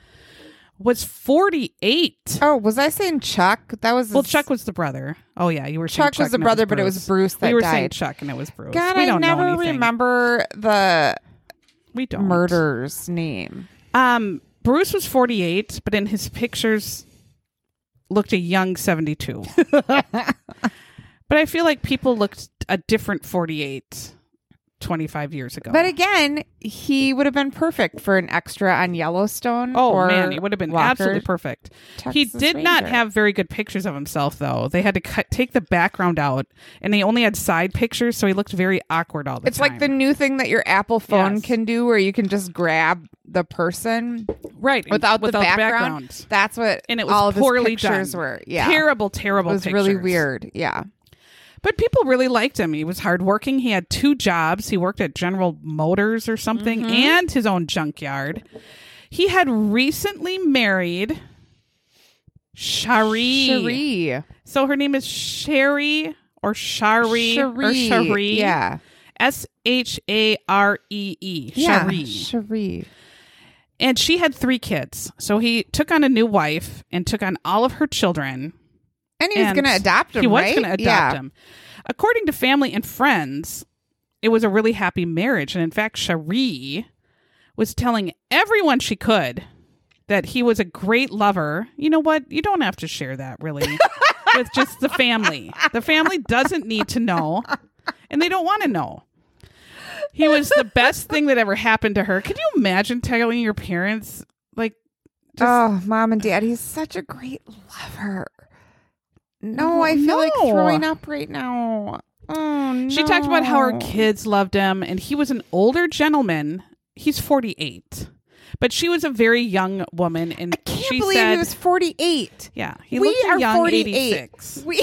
B: was 48.
C: Oh, was I saying Chuck? That was
B: Well,
C: his-
B: Chuck was the brother. Oh yeah, you were saying
C: Chuck was the
B: and
C: brother, but it was Bruce that
B: we were saying
C: died.
B: Chuck and it was Bruce.
C: God,
B: we
C: I
B: don't know
C: never
B: anything.
C: remember the
B: We don't
C: murderer's name.
B: Um, Bruce was 48, but in his pictures looked a young 72. but I feel like people looked a different 48 25 years ago.
C: But again, he would have been perfect for an extra on Yellowstone.
B: oh
C: or
B: man, it would have been
C: Walker,
B: absolutely perfect. he
C: Texas
B: did not
C: Ranger.
B: have very good pictures of himself though. They had to cut take the background out and they only had side pictures, so he looked very awkward all the
C: It's
B: time.
C: like the new thing that your Apple phone
B: Yes.
C: can do, where you can just grab the person
B: right and
C: without, the, background.
B: background.
C: That's what
B: And it was
C: all of his
B: poorly
C: pictures
B: done.
C: were. Yeah,
B: Terrible,
C: it
B: terrible
C: was really
B: pictures.
C: weird. Yeah,
B: But people really liked him. He was hardworking. He had two jobs. He worked at General Motors or something
C: Mm-hmm.
B: and his own junkyard. He had recently married Shari.
C: Cherie,
B: So her name is Sherry or Shari or
C: Cherie.
B: Shari.
C: yeah,
B: S H A R E E.
C: yeah,
B: Shari.
C: Cherie.
B: And she had three kids. So he took on a new wife and took on all of her children.
C: And he was
B: And
C: going to adopt him.
B: He was
C: right?
B: going to adopt
C: Yeah.
B: him. According to family and friends, it was a really happy marriage. And in fact, Cherie was telling everyone she could that he was a great lover. You know what? You don't have to share that really with just the family. The family doesn't need to know, and they don't want to know. He was the best thing that ever happened to her. Can you imagine telling your parents, like,
C: oh, mom and dad, he's such a great lover. No,
B: No,
C: I feel like
B: Oh, no.
C: throwing up right now. Oh, no.
B: She talked about how her kids loved him, and he was an older gentleman. He's 48. But she was a very young woman, and
C: I can't
B: she
C: believe
B: said,
C: he was 48.
B: "Yeah, he
C: we
B: looked a
C: are
B: young,
C: 48.
B: 86.
C: We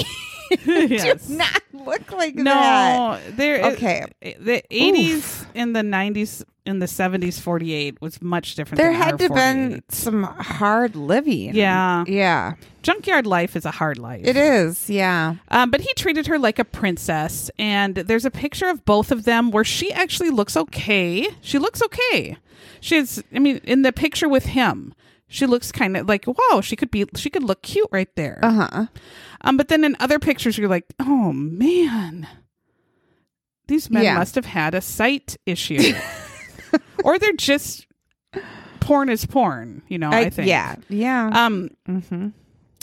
B: Yes.
C: do not look like that.
B: No, there.
C: Okay.
B: the 80s and the 90s and the 70s. 48 was much different.
C: There
B: than
C: had
B: our
C: to
B: 48.
C: been some hard living.
B: Yeah.
C: Yeah.
B: junkyard life is a hard life.
C: It is. Yeah.
B: Um, but he treated her like a princess, and there's a picture of both of them where she actually looks okay. She looks okay. She's, I mean, in the picture with him, she looks kind of like wow. She could be, she could look cute right there.
C: Uh huh.
B: Um, but then in other pictures, you're like, oh man, these men
C: Yeah.
B: must have had a sight issue, or they're just porn is porn. You know, I, think.
C: Yeah. Yeah.
B: Um,
C: mm-hmm.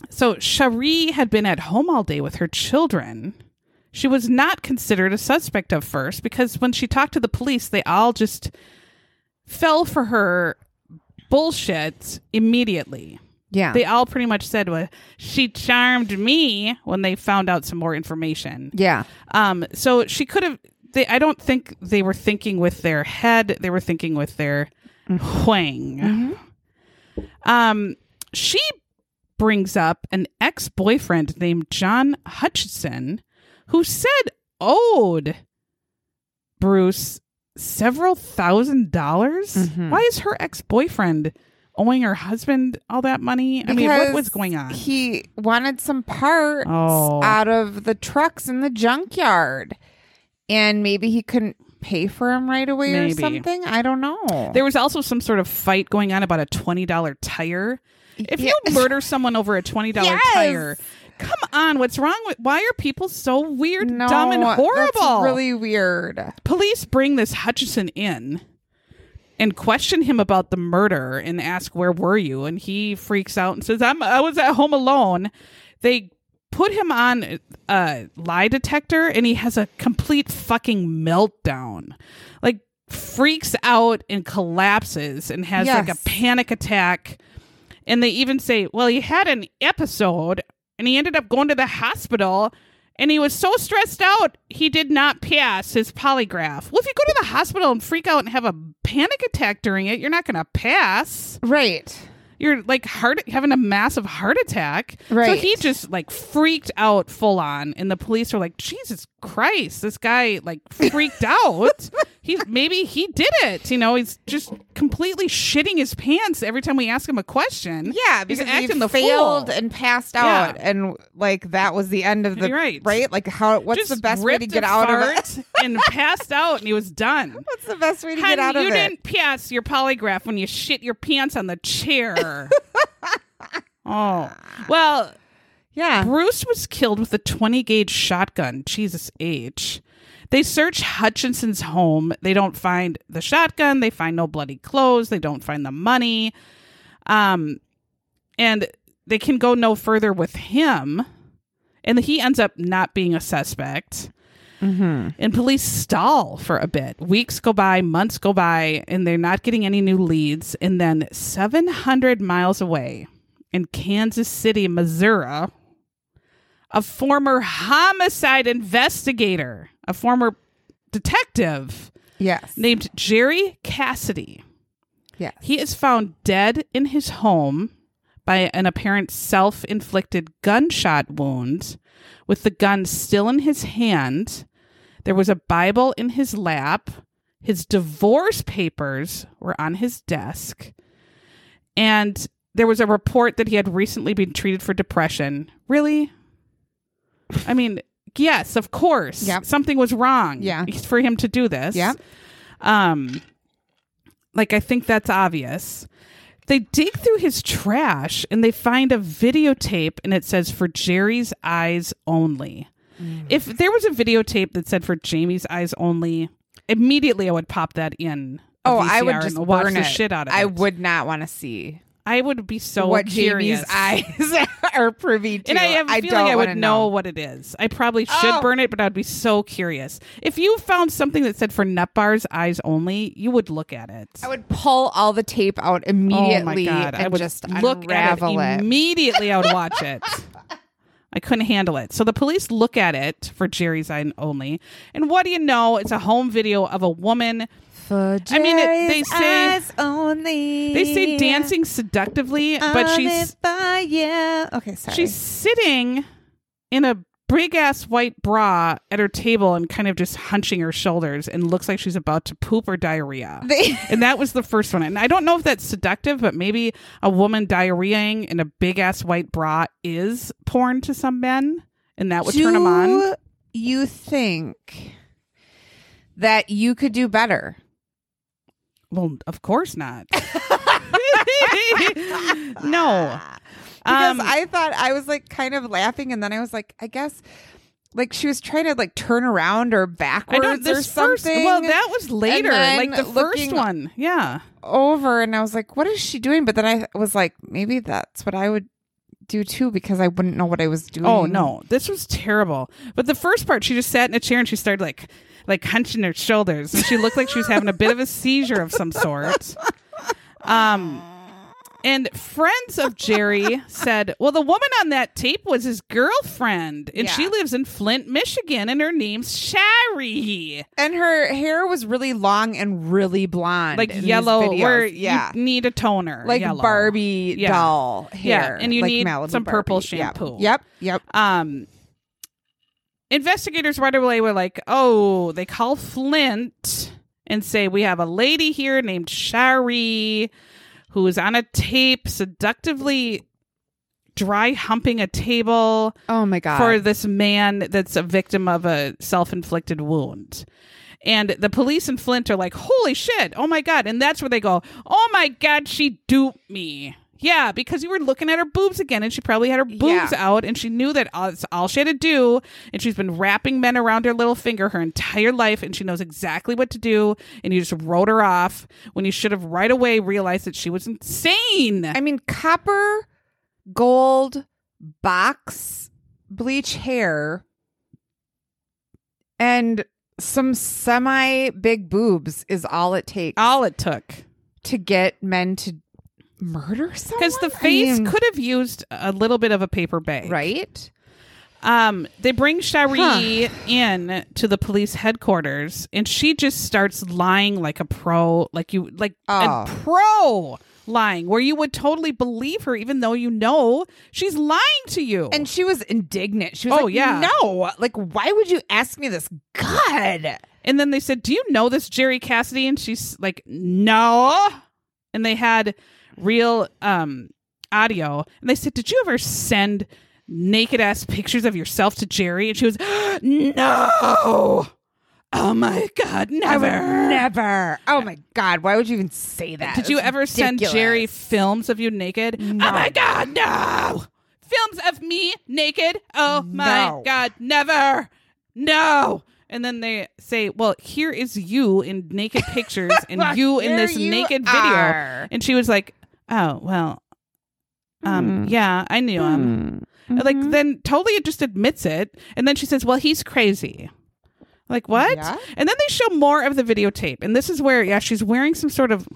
B: so Cherie had been at home all day with her children. She was not considered a suspect of first because when she talked to the police, they all just fell for her bullshit immediately.
C: Yeah.
B: They all pretty much said, "Well, she charmed me" when they found out some more information.
C: yeah.
B: Um, so she could have. They, I don't think they were thinking with their head. They were thinking with their whang. Um, she brings up an ex-boyfriend named John Hutchinson, who said owed Bruce several thousand dollars. Why is her ex-boyfriend owing her husband all that money? I mean, what was going on?
C: He wanted some parts
B: Oh.
C: out of the trucks in the junkyard, and maybe he couldn't pay for them right away or
B: Maybe.
C: something. I don't know.
B: There was also some sort of fight going on about a twenty dollar tire. If you
C: Yeah.
B: murder someone over a twenty dollar
C: Yes.
B: tire, come on, what's wrong with? Why are people so weird,
C: no,
B: dumb, and
C: that's
B: horrible?
C: really weird.
B: Police bring this Hutchison in and question him about the murder and ask where were you, and he freaks out and says, "I'm I was at home alone." They put him on a lie detector, and he has a complete fucking meltdown, like freaks out and collapses and has like a
C: Yes.
B: panic attack. And they even say, well, he had an episode and he ended up going to the hospital and he was so stressed out, he did not pass his polygraph. Well, if you go to the hospital and freak out and have a panic attack during it, you're not going to pass.
C: Right.
B: You're like heart having a massive heart attack. So
C: Right.
B: he just like freaked out full on and the police were like, "Jesus Christ, this guy like freaked out. He maybe he did it. You know, he's just completely shitting his pants every time we ask him a question."
C: Yeah,
B: He's
C: because he
B: acting the
C: failed
B: fool.
C: and passed
B: Yeah.
C: out, and like that was the end of the
B: You're right.
C: Like how? What's
B: Just
C: the best way to
B: ripped
C: get
B: a
C: out of it?
B: fart and passed out and he was done.
C: What's the best way to
B: Hun,
C: get out of
B: you
C: it?
B: didn't pass your polygraph when you shit your pants on the chair. oh. Well,
C: Yeah.
B: Bruce was killed with a 20 gauge shotgun. Jesus H. They search Hutchinson's home. They don't find the shotgun. They find no bloody clothes. They don't find the money. Um, and they can go no further with him. And he ends up not being a suspect. And police stall for a bit. Weeks go by, months go by, and they're not getting any new leads. And then 700 miles away in Kansas City, Missouri, a former homicide investigator, a former detective
C: Yes.
B: named Jerry Cassidy.
C: Yes.
B: He is found dead in his home by an apparent self inflicted gunshot wound, with the gun still in his hand. There was a Bible in his lap. His divorce papers were on his desk. And there was a report that he had recently been treated for depression. Really? I mean, yes, of course.
C: Yep.
B: Something was wrong
C: Yeah.
B: for him to do this.
C: Yeah.
B: Um, like I think that's obvious. They dig through his trash and they find a videotape and it says for Jerry's eyes only.
C: Mm.
B: If there was a videotape that said for Jamie's eyes only, immediately I would pop that in. a
C: Oh, I would
B: VCR
C: just
B: and watch
C: burn
B: the
C: it.
B: shit out of
C: I
B: it.
C: would not want to see
B: I would be so
C: what
B: curious.
C: Jamie's eyes are privy to.
B: And I have a feeling
C: don't
B: I would
C: wanna
B: know. what it is. I probably should
C: Oh.
B: burn it, but I'd be so curious. If you found something that said for nut bars eyes only, you would look at it.
C: I would pull all the tape out immediately
B: oh my god!
C: and
B: I would
C: just
B: look
C: unravel
B: at it,
C: it.
B: immediately. I would watch it. I couldn't handle it. So the police look at it for Jerry's eye only, and what do you know? It's a home video of a woman.
C: For
B: I mean, it- they
C: Jerry's
B: say-
C: eyes only.
B: They say dancing seductively, but
C: on
B: she's
C: it by you. okay. Sorry,
B: she's sitting in a big ass white bra at her table and kind of just hunching her shoulders and looks like she's about to poop or diarrhea.
C: They-
B: and that was the first one. And I don't know if that's seductive, but maybe a woman diarrheaing in a big ass white bra is porn to some men, and that would turn them on.
C: Do You think that you could do better?
B: Well, of course not. no.
C: because
B: Um,
C: I thought I was like kind of laughing, and then I was like, I guess, like she was trying to like turn around or
B: I
C: backwards
B: don't.
C: or
B: This first,
C: something.
B: well, that was later,
C: then
B: like the first
C: looking-
B: one. Yeah,
C: over, and I was like, what is she doing? But then I was like, maybe that's what I would do too, because I wouldn't know what I was doing.
B: Oh no, this was terrible. But the first part, she just sat in a chair and she started like, like hunching her shoulders, and she looked like she was having a bit of a seizure of some sort. Um, and friends of Jerry said, "Well, the woman on that tape was his girlfriend, and she
C: Yeah.
B: lives in Flint, Michigan, and her name's Shari,
C: And her hair was really long and really blonde,
B: like
C: in these
B: yellow.
C: videos.
B: Where
C: yeah,
B: you need a toner,
C: like
B: yellow.
C: Barbie
B: Yeah.
C: doll
B: Yeah,
C: hair.
B: and you
C: like
B: need
C: Malibu
B: some purple
C: Barbie. Yep.
B: shampoo.
C: Yep, yep.
B: Um, investigators right away were like, oh, they call Flint and say, we have a lady here named Shari who is on a tape seductively dry humping a table
D: Oh my god.
C: Uh,
B: for this man that's a victim of a self-inflicted wound. And the police in Flint are like, "Holy shit. Oh my god." And that's where they go, "Oh my god, she duped me." Yeah, because you were looking at her boobs again and she probably had her boobs out and she knew that all- that's all she had to do and she's been wrapping men around her little finger her entire life and she knows exactly what to do and you just wrote her off when you should have right away realized that she was insane.
D: I mean, copper, gold, box, bleach hair,
C: and some semi big boobs is all it takes
B: all it took.
C: to get men to murder someone.
B: because the
C: I
B: face
C: mean,
B: could have used a little bit of a paper bag.
C: right?
B: Um, they bring Shari in to the police headquarters, and she just starts lying like a pro, like you, like
C: Oh.
B: a pro lying, where you would totally believe her, even though you know she's lying to you.
C: And she was indignant. She was
B: Oh,
C: like,
B: yeah.
C: no. Like, why would you ask me this? God.
B: And then they said, "Do you know this Jerry Cassidy?" And she's like, "No." And they had real um audio, and they said, "Did you ever send naked ass pictures of yourself to Jerry?" And she was, "No." Oh my god, never.
C: Never. Oh my God. Why would you even say that?
B: Did you
C: It's
B: ever send
C: ridiculous.
B: Jerry films of you naked? Oh my god, no. Films of me naked? Oh my
C: No.
B: god, never. No. And then they say, "Well, here is you in naked pictures and you in
C: Here
B: this
C: you
B: naked video."
C: are.
B: And she was like, "Oh, well,
C: Hmm.
B: um, yeah, I knew him." And, Like
C: Mm-hmm.
B: then totally just admits it, and then she says, "Well, he's crazy." Like what?
C: Yeah.
B: And then they show more of the videotape, and this is where yeah, she's wearing some sort of,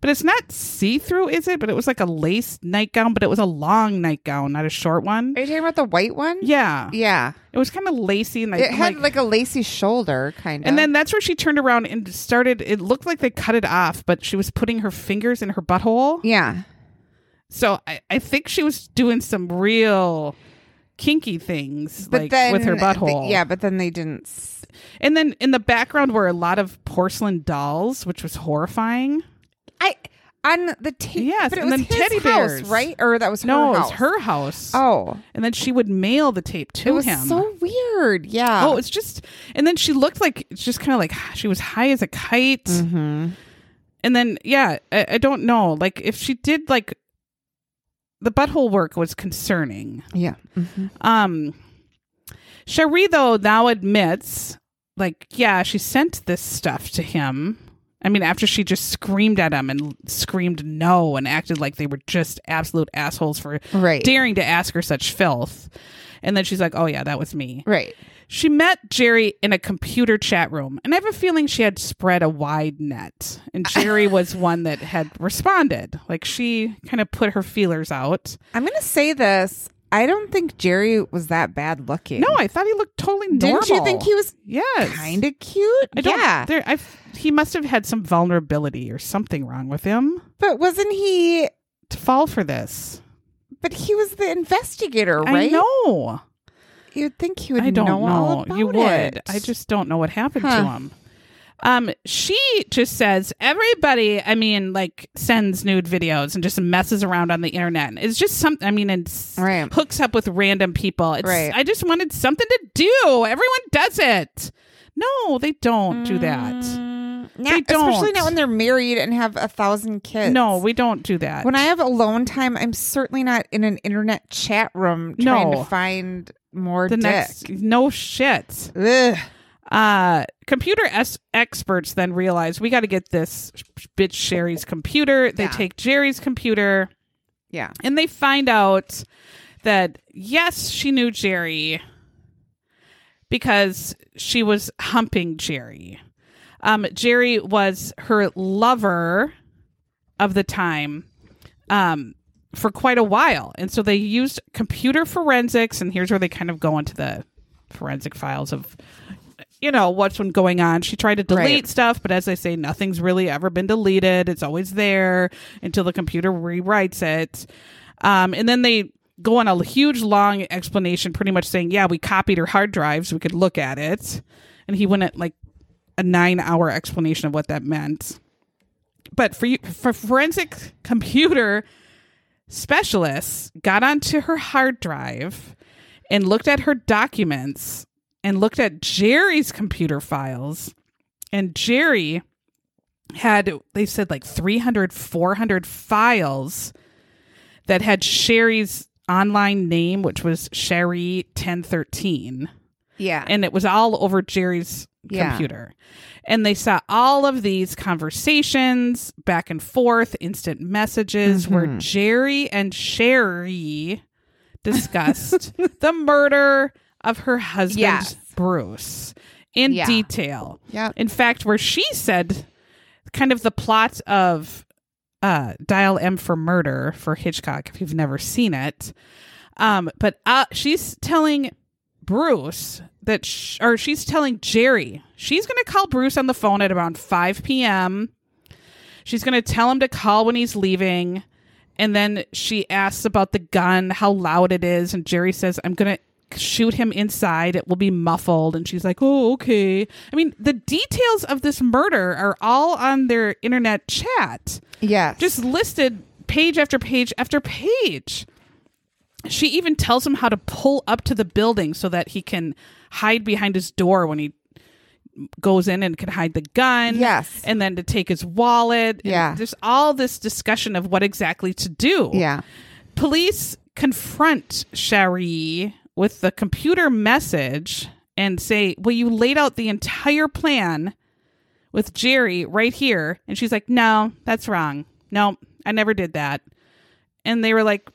B: but it's not see through, is it? But it was like a lace nightgown, but it was a long nightgown, not a short one.
C: Are you talking about the white one?
B: Yeah,
C: Yeah.
B: it was kind of lacy and like,
C: It had
B: like-
C: like, a lacy shoulder, kind of.
B: and then that's where she turned around and started. It looked like they cut it off, but she was putting her fingers in her butthole.
C: yeah.
B: So I, I think she was doing some real kinky things,
C: But
B: like
C: then
B: with her butthole.
C: yeah, but then they didn't. s-
B: and then in the background were a lot of porcelain dolls, which was horrifying.
C: I on the tape.
B: Yes,
C: but it
B: and
C: was
B: then
C: his
B: teddy bears.
C: house, right? Or that was her
B: no,
C: house.
B: it was her house.
C: Oh,
B: and then she would mail the tape to
C: it was
B: him.
C: so weird. Yeah.
B: oh, it's just, and then she looked like it's just kind of like she was high as a kite.
C: Mm-hmm.
B: And then yeah, I, I don't know, like if she did like the butthole work was concerning.
C: yeah. Mm-hmm.
B: Um, Cherie though now admits, like yeah, she sent this stuff to him. I mean, after she just screamed at him and screamed no and acted like they were just absolute assholes for
C: Right.
B: daring to ask her such filth. And then she's like, oh, yeah, that was me.
C: Right.
B: She met Jerry in a computer chat room, and I have a feeling she had spread a wide net. And Jerry was one that had responded. Like she kind of put her feelers out.
C: I'm gonna say this. I don't think Jerry was that bad looking.
B: No, I thought he looked totally normal.
C: didn't you think he was
B: Yes.
C: kind of cute?
B: I don't,
C: yeah,
B: There, I, he must have had some vulnerability or something wrong with him
C: but wasn't he?
B: to fall for this.
C: But he was the investigator,
B: I
C: right?
B: know.
C: You'd think he would
B: I don't
C: know, all
B: know.
C: about
B: you would.
C: it.
B: I just don't know what happened to
C: Huh.
B: him. Um, she just says everybody. I mean, like sends nude videos and just messes around on the internet. And It's just something. I mean, and s-
C: Right.
B: hooks up with random people. It's,
C: Right.
B: I just wanted something to do. Everyone does it. No, they don't do that.
C: Mm,
B: they
C: not, especially
B: don't.
C: not when they're married and have a thousand kids.
B: No, we don't do that.
C: when I have alone time, I'm certainly not in an internet chat room trying
B: No.
C: to find more
B: the
C: dick.
B: next no shit.
C: Ugh.
B: Uh, computer es- experts then realize we got to get this sh- bitch Sherry's computer. They
C: Yeah.
B: take Jerry's computer
C: Yeah.
B: and they find out that yes, she knew Jerry because she was humping Jerry. Um, Jerry was her lover of the time um, for quite a while. And so they used computer forensics. And here's where they kind of go into the forensic files of, you know, what's been going on. She tried to delete
C: Right.
B: stuff, but as I say, nothing's really ever been deleted. It's always there until the computer rewrites it. Um, and then they go on a huge long explanation, pretty much saying, yeah, we copied her hard drive so we could look at it. And he went at like a nine hour explanation of what that meant. but for, for forensic computer specialists got onto her hard drive and looked at her documents and looked at Jerry's computer files and Jerry had they said like 300 400 files that had Sherry's online name which was Sherry 1013
D: Yeah.
B: and it was all over Jerry's
D: Yeah.
B: computer. And they saw all of these conversations back and forth, instant messages where
D: Mm-hmm.
B: Jerry and Sherry discussed the murder of her husband,
D: Yes.
B: Bruce, in
D: Yeah.
B: detail.
C: Yep.
B: In fact, where she said kind of the plot of uh, Dial M for Murder for Hitchcock, if you've never seen it. Um, but uh, she's telling Bruce that, sh- or she's telling Jerry, she's going to call Bruce on the phone at around 5 p.m. She's going to tell him to call when he's leaving. And then she asks about the gun, how loud it is. And Jerry says, I'm going to shoot him inside. It will be muffled. And she's like, Oh, okay. I mean, the details of this murder are all on their internet chat
C: Yes.
B: just listed page after page after page. She even tells him how to pull up to the building so that he can hide behind his door when he goes in and can hide the gun.
C: Yes.
B: And then to take his wallet. And
C: Yeah.
B: There's all this discussion of what exactly to do.
C: yeah.
B: Police confront Shari with the computer message and say, Well, you laid out the entire plan with Jerry right here. And she's like, No, that's wrong. No, I never did that. And they were like,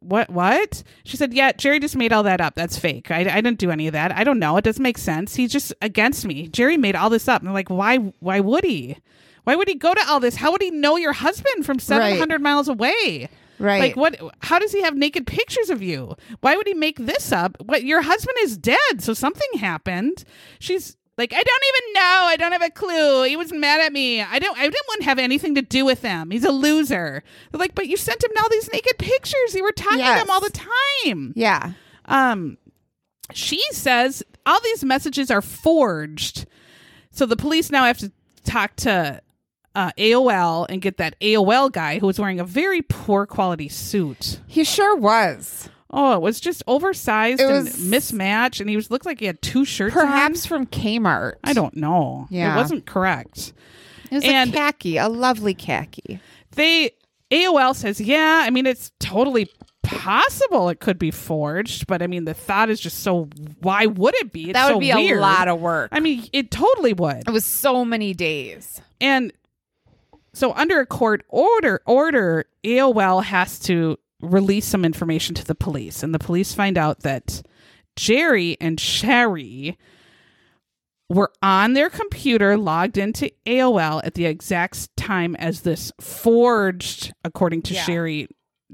B: what what she said yeah jerry just made all that up that's fake I, I didn't do any of that i don't know it doesn't make sense he's just against me jerry made all this up and they're like why why would he why would he go to all this how would he know your husband from 700 miles away
C: Right.
B: like what how does he have naked pictures of you? Why would he make this up? What your husband is dead, so something happened. She's like, I don't even know. I don't have a clue. He was mad at me. I don't I didn't want to have anything to do with him. He's a loser. They're like, but you sent him all these naked pictures. You were talking to
C: Yes.
B: him all the time.
C: Yeah.
B: Um she says all these messages are forged. So the police now have to talk to uh, AOL and get that AOL guy who was wearing a very poor quality suit.
C: He sure was.
B: Oh, it was just oversized
C: It
B: and
C: was-
B: mismatch, and he was looked like he had two shirts. on.
C: Perhaps from Kmart.
B: I don't know.
C: Yeah.
B: it wasn't correct.
C: It was
B: And-
C: a khaki, a lovely khaki.
B: They AOL says, yeah. I mean, it's totally possible it could be forged, but I mean, the thought is just so. Why would it be? It's
D: That would
B: so
D: be
B: weird.
D: a lot of Oh. work.
B: I mean, it totally would.
D: it was so many days.
B: And so under a court order order, AOL has to release some information to the police and the police find out that Jerry and Sherry were on their computer logged into AOL at the exact s- time as this forged according to Sherry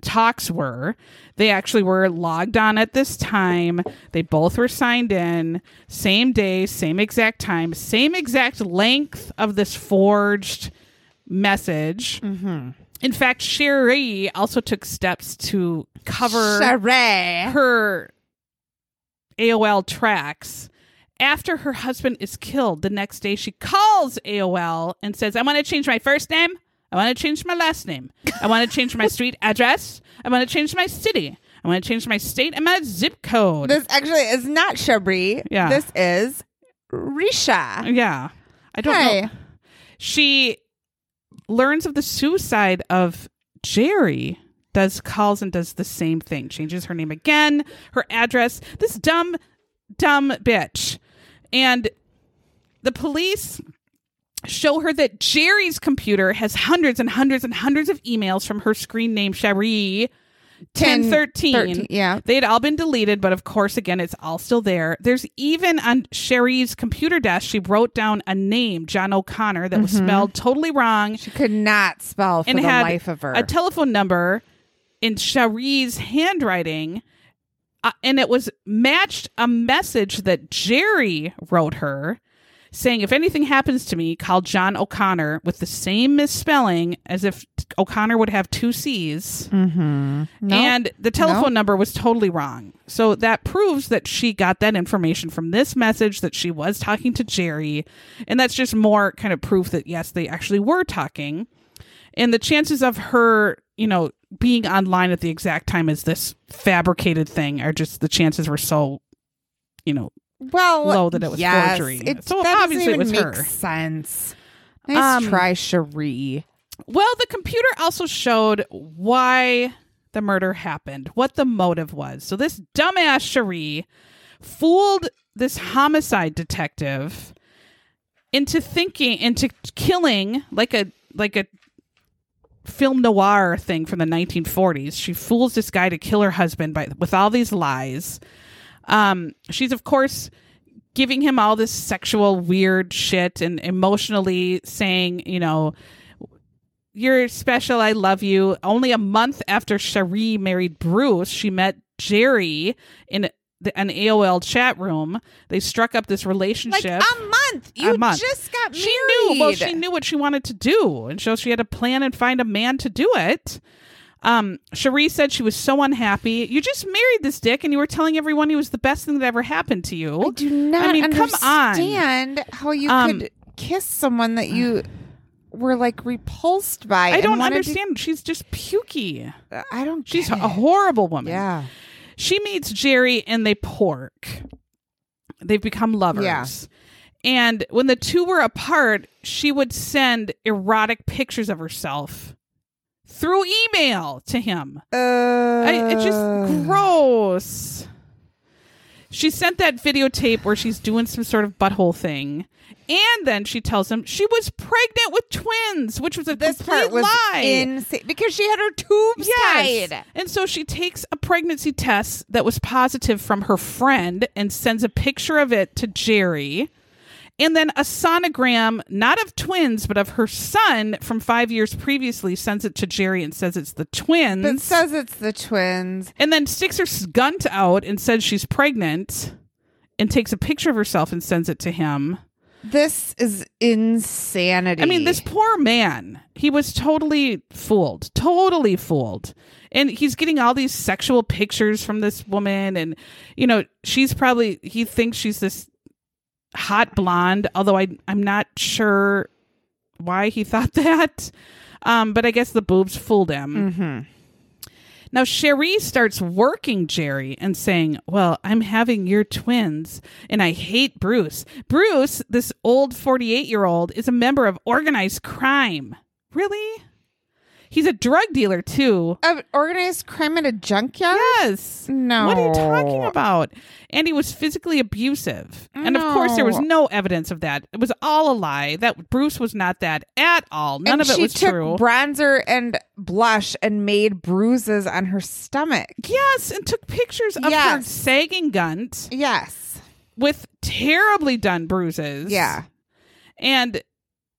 B: talks were. They actually were logged on at this time. They both were signed in, same day, same exact time, same exact length of this forged message.
C: Mm-hmm.
B: In fact, Sherry also took steps to cover
C: Charay.
B: her AOL tracks. After her husband is killed the next day, she calls AOL and says, I want to change my first name. I want to change my last name. I want to change my street address. I want to change my city. I want to change my state and my zip code.
C: This actually is not Shabri.
B: Yeah.
C: This is Risha.
B: yeah. I don't know.
C: Hey.
B: she learns of the suicide of Jerry, does calls and does the same thing, changes her name again, her address, this dumb, dumb bitch. And the police show her that Jerry's computer has hundreds and hundreds and hundreds of emails from her screen name, Cherie. 1013.
C: 13, yeah.
B: They had all been deleted, but of course, again, it's all still there. There's even on Sherry's computer desk, she wrote down a name, John O'Connor, that was spelled totally wrong
C: Mm-hmm. She could not spell for
B: and
C: the
B: had
C: life of her.
B: a telephone number in Cherie's handwriting. Uh, and it was matched a message that Jerry wrote her. saying, if anything happens to me, call John O'Connor with the same misspelling as if O'Connor would have two C's.
D: Mm-hmm.
B: And the telephone number was totally wrong. So that proves that she got that information from this message that she was talking to Jerry. And that's just more kind of proof that, yes, they actually were talking. And the chances of her, you know, being online at the exact time as this fabricated thing are just the chances were so, you know,
C: Well,
B: Low that it was
C: yes,
B: forgery.
C: It,
B: So
C: that
B: obviously it
C: doesn't even
B: was
C: make
B: her.
C: sense. Nice
B: Um,
C: try, Cherie.
B: Well, the computer also showed why the murder happened, what the motive was. So this dumbass Cherie fooled this homicide detective into thinking into killing like a like a film noir thing from the 1940s. She fools this guy to kill her husband by with all these lies. Um, she's of course giving him all this sexual weird shit and emotionally saying, you know, you're special. I love you. Only a month after Cherie married Bruce, she met Jerry in the, an AOL chat room. They struck up this
C: Like
B: relationship.
C: a month. You
B: A month.
C: just got
B: she knew.
C: married.
B: Well, she knew what she wanted to do, and so she had to plan and find a man to do it. Um, Cherie said she was so unhappy. You just married this dick, and you were telling everyone he was the best thing that ever happened to you.
C: I do not
B: I mean, come on.
C: understand how you
B: Um,
C: could kiss someone that you were like repulsed by.
B: I
C: and
B: don't
C: wanted
B: understand. She's just pukey.
C: To, I don't.
B: She's
C: get
B: a
C: it.
B: horrible woman.
C: yeah.
B: she meets Jerry and they pork. They've become lovers.
C: Yeah.
B: And when the two were apart, she would send erotic pictures of herself through email to him.
C: Uh,
B: I, it's just gross. She sent that videotape where she's doing some sort of butthole thing. And then she tells him she was pregnant with twins, which was a
C: this
B: complete
C: part was
B: lie.
C: insane because she had her tubes
B: Yes.
C: tied.
B: And so she takes a pregnancy test that was positive from her friend and sends a picture of it to Jerry. And then a sonogram, not of twins, but of her son from five years previously, sends it to Jerry and says it's the twins.
C: That says it's the twins.
B: and then sticks her s- gun to- out and says she's pregnant and takes a picture of herself and sends it to him.
C: This is insanity.
B: I mean, this poor man, he was totally fooled, totally fooled. And he's getting all these sexual pictures from this woman. And, you know, she's probably, he thinks she's this hot blonde, although I, I'm not sure why he thought that. Um, but I guess the boobs fooled him. Now, Cherie starts working Jerry and saying, Well, I'm having your twins, and I hate Bruce. Bruce, this old 48 year old, is a member of organized crime. Really? He's a drug dealer, too.
C: Of organized crime at a junkyard.
B: Yes.
C: No.
B: What are you talking about? And he was physically abusive. And of course, there was no evidence of that. It was all a lie. That Bruce was not that at all. None
C: and
B: of it
C: she
B: was
C: took
B: true.
C: bronzer and blush and made bruises on her stomach.
B: yes, and took pictures of her
C: Yes.
B: sagging gunt.
C: Yes.
B: with terribly done bruises.
C: Yeah.
B: And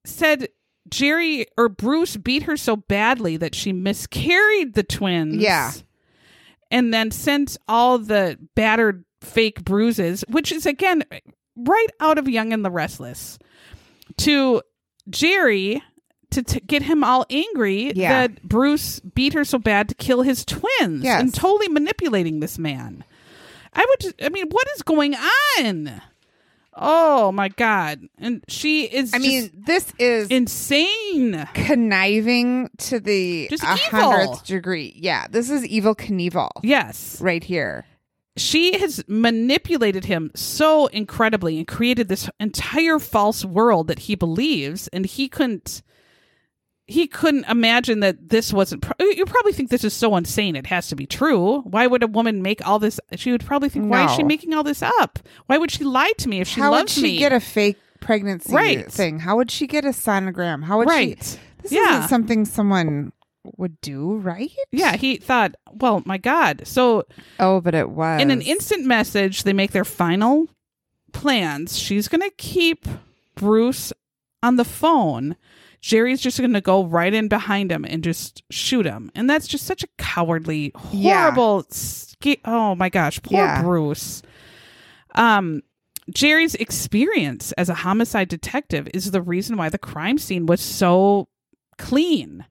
B: said Jerry or Bruce beat her so badly that she miscarried the twins.
C: Yeah.
B: And then sent all the battered fake bruises, which is again right out of Young and the Restless, to Jerry to t- get him all angry
C: Yeah.
B: that Bruce beat her so bad to kill his twins
C: Yes.
B: and totally manipulating this man. I would. Just, I mean, what is going on? Oh my god! And she is.
C: I mean, this is
B: insane.
C: conniving to the
B: Just
C: a
B: evil.
C: hundredth degree. Yeah, this is evil Knievel
B: Yes,
C: right here.
B: she has manipulated him so incredibly and created this entire false world that he believes, and he couldn't. He couldn't imagine that this wasn't. Pro- you probably think this is so insane. It has to be true. Why would a woman make all this? She would probably think, "Why is she
C: No.
B: making all this up? Why would she lie to me if she
C: How would
B: loves
C: she
B: me?"
C: get a fake pregnancy
B: Right.
C: thing? How would she get a sonogram? How would
B: right?
C: she? This
B: yeah.
C: isn't something someone would do, right?
B: Yeah, he thought, well, my God. So,
C: Oh, but it was
B: in an instant message, they make their final plans. She's going to keep Bruce on the phone. Jerry's just going to go right in behind him and just shoot him. And that's just such a cowardly,
C: Yeah.
B: horrible. sca- oh my gosh, poor
C: Yeah.
B: Bruce. Um, Jerry's experience as a homicide detective is the reason why the crime scene was so clean.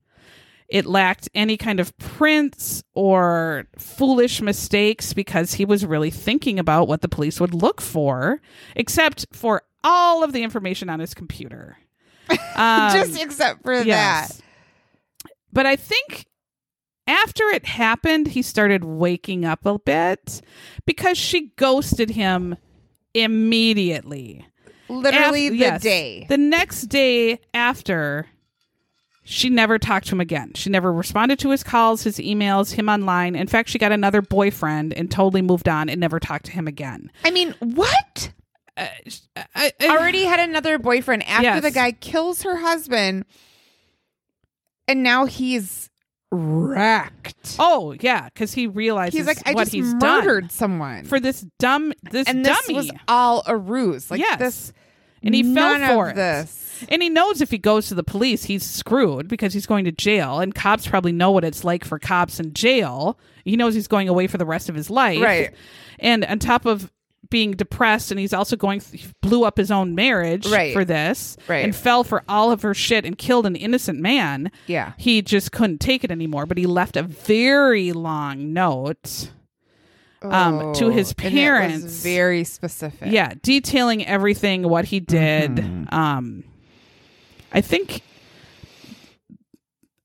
B: It lacked any kind of prints or foolish mistakes because he was really thinking about what the police would look for, except for all of the information on his computer. Um,
C: Just except for
B: Yes. But I think after it happened, he started waking up a bit because she ghosted him immediately.
C: that. Literally
B: Af-
C: the
B: yes.
C: day.
B: The next day after, she never talked to him again. She never responded to his calls, his emails, him online. In fact, she got another boyfriend and totally moved on and never talked to him again.
C: I mean, what?
B: I, I-
C: Already had another boyfriend after
B: Yes.
C: the guy kills her husband, and now he's wrecked.
B: oh yeah, because he realizes
C: he's like, I
B: what
C: just
B: he's
C: murdered
B: done
C: someone,
B: for this dumb this
C: and this
B: dummy.
C: was all a ruse. Like
B: yes,
C: this,
B: and he
C: none
B: fell for
C: of
B: it.
C: this.
B: And he knows if he goes to the police, he's screwed because he's going to jail, and cops probably know what it's like for cops in jail. He knows he's going away for the rest of his life,
C: Right.
B: And on top of being depressed, and he's also going, he blew up his own marriage
C: Right.
B: for this,
C: Right.
B: And fell for all of her shit and killed an innocent man.
C: Yeah.
B: he just couldn't take it anymore. But he left a very long note. Um, to his
C: Oh, and it was
B: parents.
C: very specific.
B: Yeah, detailing everything what he did.
C: Mm-hmm.
B: Um I think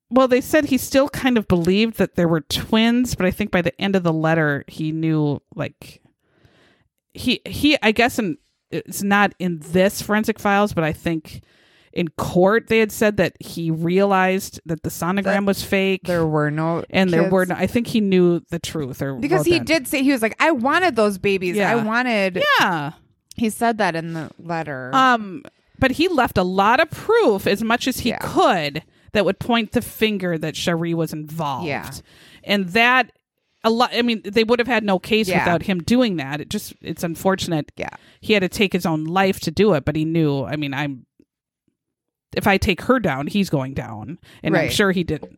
B: well, they said he still kind of believed that there were twins, but I think by the end of the letter he knew like he he I guess in it's not in this forensic files, but I think in court they had said that he realized that the sonogram was fake
C: there were no
B: and there
C: kids.
B: were no, I think he knew the truth or
C: because
B: wrote
C: he
B: that-
C: did say he was like, I wanted those babies.
B: Yeah.
C: I wanted.
B: Yeah.
C: He said that in the letter.
B: Um, but he left a lot of proof, as much as he
C: Yeah.
B: could, that would point the finger that Cherie was involved.
C: Yeah.
B: and that a lot. I mean, they would have had no case
C: Yeah.
B: without him doing that. It just it's unfortunate.
C: Yeah.
B: he had to take his own life to do it, but he knew. I mean, I'm. If I take her down, he's going down, and I'm
C: Right.
B: sure he didn't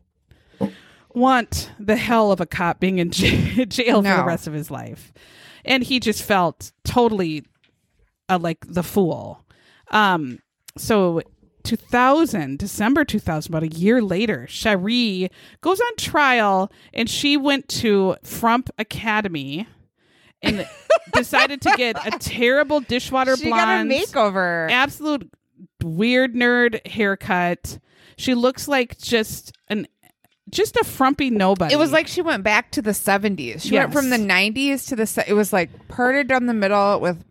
B: want the hell of a cop being in j- jail for
C: No.
B: the rest of his life, and he just felt totally uh, like the fool. Um, so 2000, December 2000, about a year later, Cherie goes on trial and she went to Frump Academy and decided to get a terrible dishwater
C: she
B: blonde,
C: got a makeover.
B: absolute weird nerd haircut. She looks like just an just a frumpy nobody.
C: It was like she went back to the 70s. She went
B: Yes.
C: from the 90s to the se- it was like parted down the middle with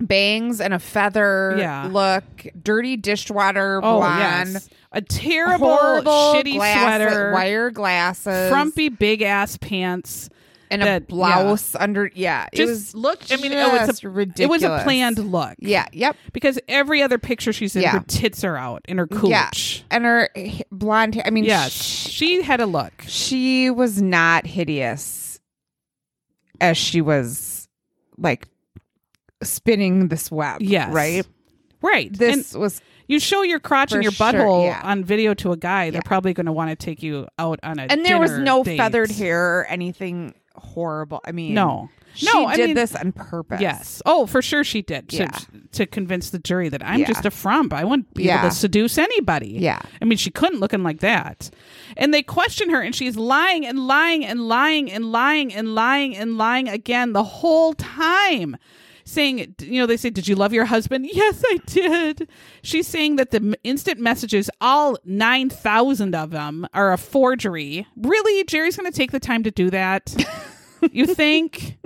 C: bangs and a feather
B: Yeah.
C: look, dirty dishwater
B: oh
C: blonde,
B: yes, a terrible
C: horrible
B: shitty
C: glass-
B: sweater,
C: wire glasses,
B: frumpy big ass pants.
C: and a
B: that- yeah.
C: blouse under yeah, it was
B: just look. I mean, it was
C: just
B: a
C: ridiculous.
B: It was a planned look.
C: Yeah, yep.
B: because every other picture she's in,
C: Yeah.
B: her tits are out and her
C: Yeah.
B: cooch.
C: And her h- blonde hair. I mean,
B: Yes,
C: sh-
B: she had a look.
C: she was not hideous as she was like spinning this web.
B: Yes,
C: Right?
B: right.
C: This
B: and
C: was
B: you show your crotch and
C: For
B: your
C: sure,
B: butthole
C: yeah.
B: on video to a guy, they're probably going to want to take you out on a.
C: and there was
B: dinner
C: no
B: date.
C: feathered hair or anything horrible. I mean,
B: No,
C: she
B: no. I
C: did
B: mean,
C: this on purpose.
B: Yes. Oh, for sure she did to,
C: Yeah.
B: to convince the jury that I'm
C: Yeah.
B: just a frump. I wouldn't be
C: Yeah.
B: able to seduce anybody.
C: Yeah.
B: I mean, she couldn't looking like that. And they question her, and she's lying and lying and lying and lying and lying and lying again the whole time. Saying, you know, they say, Did you love your husband? Yes, I did. She's saying that the m- instant messages, all 9,000 of them, are a forgery. Really? Jerry's going to take the time to do that? you think?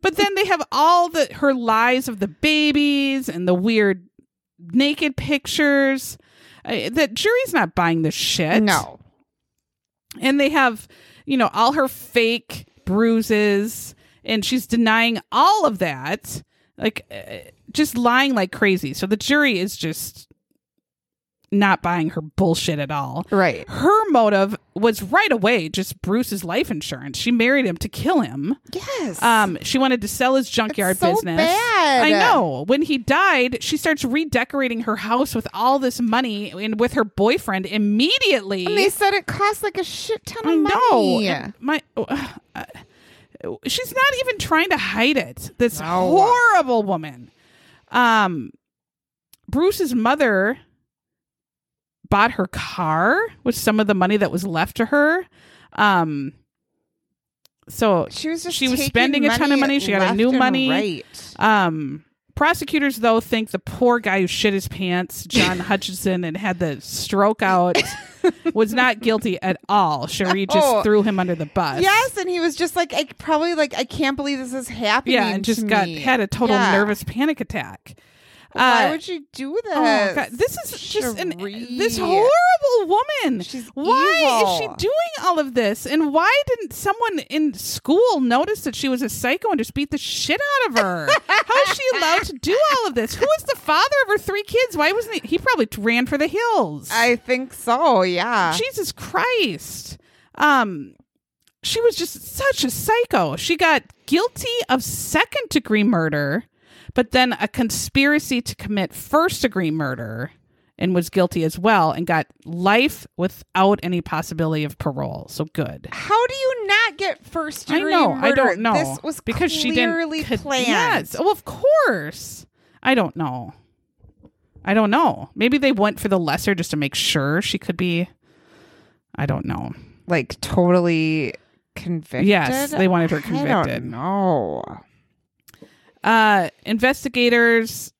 B: but then they have all the her lies of the babies and the weird naked pictures. Uh, the jury's not buying this shit.
C: No.
B: And they have, you know, all her fake bruises and she's denying all of that. Like uh, just lying like crazy. So the jury is just not buying her bullshit at all.
C: Right.
B: Her motive was right away just Bruce's life insurance. She married him to kill him.
C: Yes.
B: Um, she wanted to sell his junkyard
C: so
B: business.
C: bad.
B: I know. When he died, she starts redecorating her house with all this money and with her boyfriend immediately.
C: and they said it cost like a shit ton of
B: I know.
C: money.
B: And My. uh, she's not even trying to hide it. This
C: No.
B: horrible woman. Um, Bruce's mother bought her car with some of the money that was left to her. Um, so
C: She was just
B: She was
C: taking
B: spending a ton of money. She got a
C: left
B: new
C: and
B: money.
C: Right.
B: Um, prosecutors though think the poor guy who shit his pants, John Hutchinson, and had the stroke out, was not guilty at all. Cherie
C: No.
B: just threw him under the bus.
C: Oh. Yes, and he was just like, I probably like, I can't believe this is happening.
B: yeah, and
C: to
B: just got
C: me.
B: had a total
C: Yeah.
B: nervous panic attack.
C: Why
B: Uh,
C: would you do this?
B: oh my God. This is just an,
C: Cherie.
B: this horrible woman.
C: She's
B: why is
C: evil.
B: she doing all of this? And why didn't someone in school notice that she was a psycho and just beat the shit out of her? How is she allowed to do all of this? Who is the father of her three kids? Why wasn't he? He probably ran for the hills.
C: I think so. Yeah.
B: Jesus Christ. Um, she was just such a psycho. She got guilty of second degree murder, but then a conspiracy to commit first degree murder and was guilty as well and got life without any possibility of parole. So good.
C: How do you not get first
B: I
C: degree
B: know. I
C: murder?
B: don't know.
C: This was
B: because
C: clearly
B: she didn't, co-
C: planned.
B: Yes. Well, of course. I don't know. I don't know. Maybe they went for the lesser just to make sure she could be. I don't know.
C: Like totally convicted.
B: Yes, they wanted her
C: I
B: convicted.
C: don't know.
B: uh investigators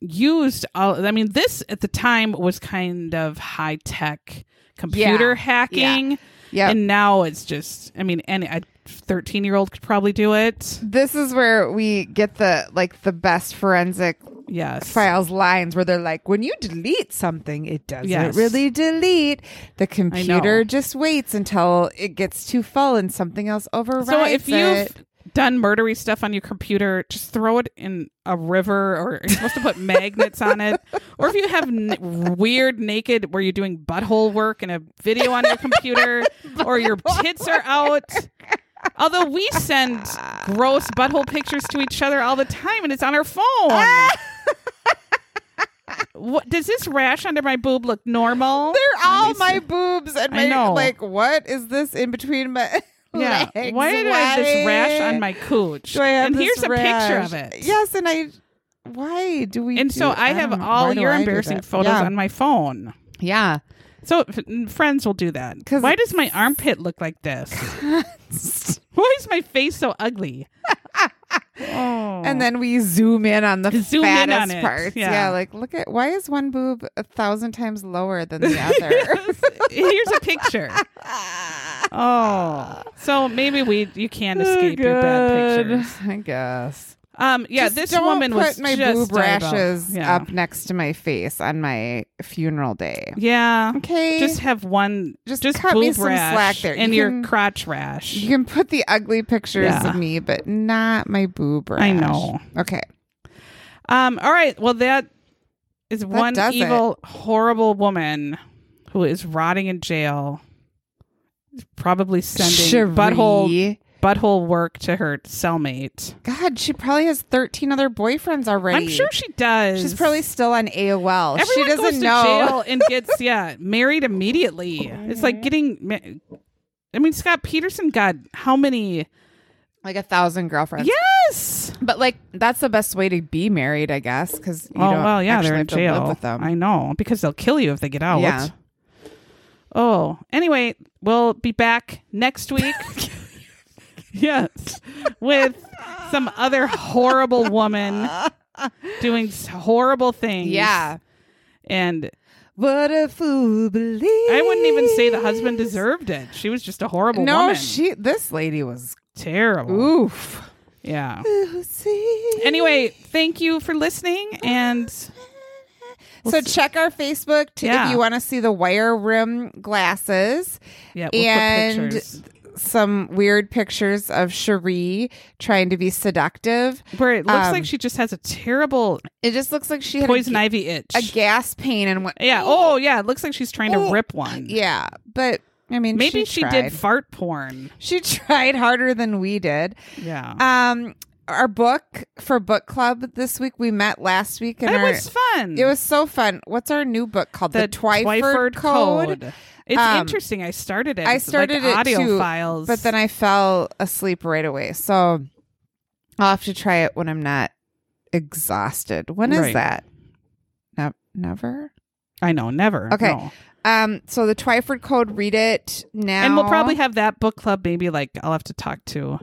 B: used all i mean this at the time was kind of high tech computer
C: Yeah,
B: hacking
C: Yeah.
B: and now it's just i mean any a 13 year old could probably do it
C: this is where we get the like the best forensic
B: yes
C: files lines where they're like when you delete something it doesn't
B: Yes.
C: really delete the
B: know.
C: computer just waits until it gets too full and something else overrides
B: so if
C: it.
B: you've done murdery stuff on your computer just throw it in a river or you're supposed to put magnets on it or if you have n- weird naked where you're doing butthole work and a video on your computer or your tits are out although we send gross butthole pictures to each other all the time and it's on our phone what does this rash under my boob look normal
C: they're
B: Let me
C: all
B: see.
C: my boobs and
B: I
C: my
B: know.
C: like what is this in between my
B: yeah
C: legs?
B: why did i have this rash on my cooch
C: do I have
B: and
C: this
B: here's a picture
C: rash?
B: of it
C: yes and i why do we
B: and
C: do-
B: so I, have
C: don't know.
B: all
C: Why do
B: your
C: I do
B: embarrassing
C: that?
B: photos
C: yeah.
B: on my phone.
C: yeah
B: So f- n- friends will do that.
C: 'Cause
B: Why does my armpit look like this? Why is my face so ugly? oh.
C: And then we zoom in on the
B: Zoom in
C: fattest
B: on it,
C: parts.
B: yeah.
C: Yeah. like look at why is one boob a thousand times lower than the other?
B: here's a picture. Oh, so maybe we you
C: Oh,
B: can't escape your bad pictures.
C: I guess.
B: Um, yeah,
C: Just
B: this
C: don't
B: woman
C: put
B: was
C: my
B: just
C: boob
B: diabolical.
C: rashes
B: yeah.
C: up next to my face on my funeral day.
B: Yeah,
C: Okay,
B: just have one.
C: Just
B: just
C: cut
B: boob
C: me some
B: rash
C: slack there. You
B: and your
C: can-
B: crotch rash.
C: you can put the ugly pictures
B: Yeah.
C: of me, but not my boob rash.
B: I know.
C: Okay,
B: Um. All right. Well, that is one
C: does it.
B: evil, horrible woman who is rotting in jail. Probably sending butthole
C: Cherie.
B: butthole work to her cellmate.
C: God, she probably has thirteen other boyfriends already.
B: I'm sure she does.
C: she's probably still on AOL.
B: Everyone
C: she doesn't
B: goes to
C: know.
B: jail and gets yeah married immediately. It's like getting. ma- I mean, Scott Peterson got how many?
C: Like a thousand girlfriends.
B: Yes.
C: But like that's the best way to be married, I guess, because you
B: oh
C: don't
B: well, yeah,
C: actually
B: they're in
C: have to
B: jail.
C: live with them.
B: I know because they'll kill you if they get out.
C: Yeah.
B: Oh, anyway, we'll be back next week. yes, with some other horrible woman doing s- horrible things.
C: yeah.
B: and
C: What a fool believes.
B: I wouldn't even say the husband deserved it. She was just a horrible
C: No,
B: woman.
C: she. This lady was
B: terrible.
C: oof.
B: Yeah.
C: See?
B: Anyway, thank you for listening and.
C: so check our Facebook to,
B: Yeah.
C: if you want to see the wire rim glasses
B: Yeah, we'll put
C: And
B: pictures.
C: some weird pictures of Cherie trying to be seductive.
B: where it looks
C: um,
B: like she just has a terrible
C: It just looks like she had a,
B: poison
C: ga-
B: ivy itch.
C: a gas pain and went.
B: yeah. Oh, yeah. It looks like she's trying to
C: Oh.
B: rip one.
C: Yeah, but I mean,
B: Maybe she, did
C: tried.
B: fart porn.
C: She tried harder than we did.
B: Yeah.
C: Um, our book for book club this week. We met last week, and
B: it
C: our,
B: was fun.
C: it was so fun. What's our new book called? The, Twyford, Code.
B: It's
C: Um,
B: interesting. I started it.
C: I
B: It's
C: started
B: like
C: it
B: audio
C: too,
B: files,
C: But then I fell asleep right away, so I'll have to try it when I'm not exhausted. When is
B: Right.
C: that? Ne- never.
B: I know, never.
C: Okay.
B: no.
C: Um. So the Twyford Code. Read it now,
B: And we'll probably have that book club maybe like I'll have to talk to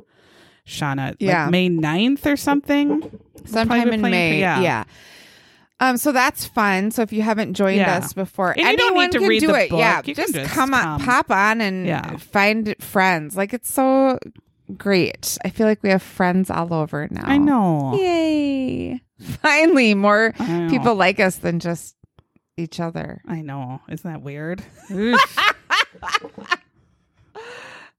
B: Shauna
C: Yeah.
B: like May 9th or something.
C: sometime
B: probably
C: in
B: plan for-
C: May.
B: yeah.
C: yeah. Um. So that's fun. So if you haven't joined
B: Yeah.
C: us before,
B: And you don't
C: anyone
B: need to
C: can
B: read
C: do
B: the
C: it.
B: book.
C: Yeah.
B: You can
C: just,
B: just
C: come, on,
B: come.
C: pop on, and
B: Yeah.
C: find friends. Like it's so great. I feel like we have friends all over now.
B: I know.
C: Yay! Finally, more
B: I know.
C: people like us than just each other.
B: I know. Isn't that weird?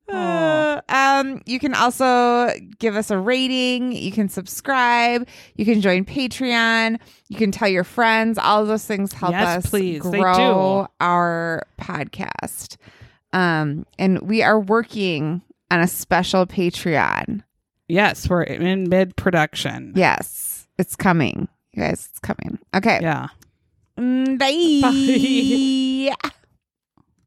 C: Uh, um, you can also give us a rating. You can subscribe. You can join Patreon. You can tell your friends. All those things help
B: Yes,
C: us
B: please. They
C: grow our podcast. Um, and we are working on a special Patreon.
B: yes, we're in mid production.
C: Yes, it's coming, you guys. It's coming. Okay.
B: Yeah.
C: Mm, Bye.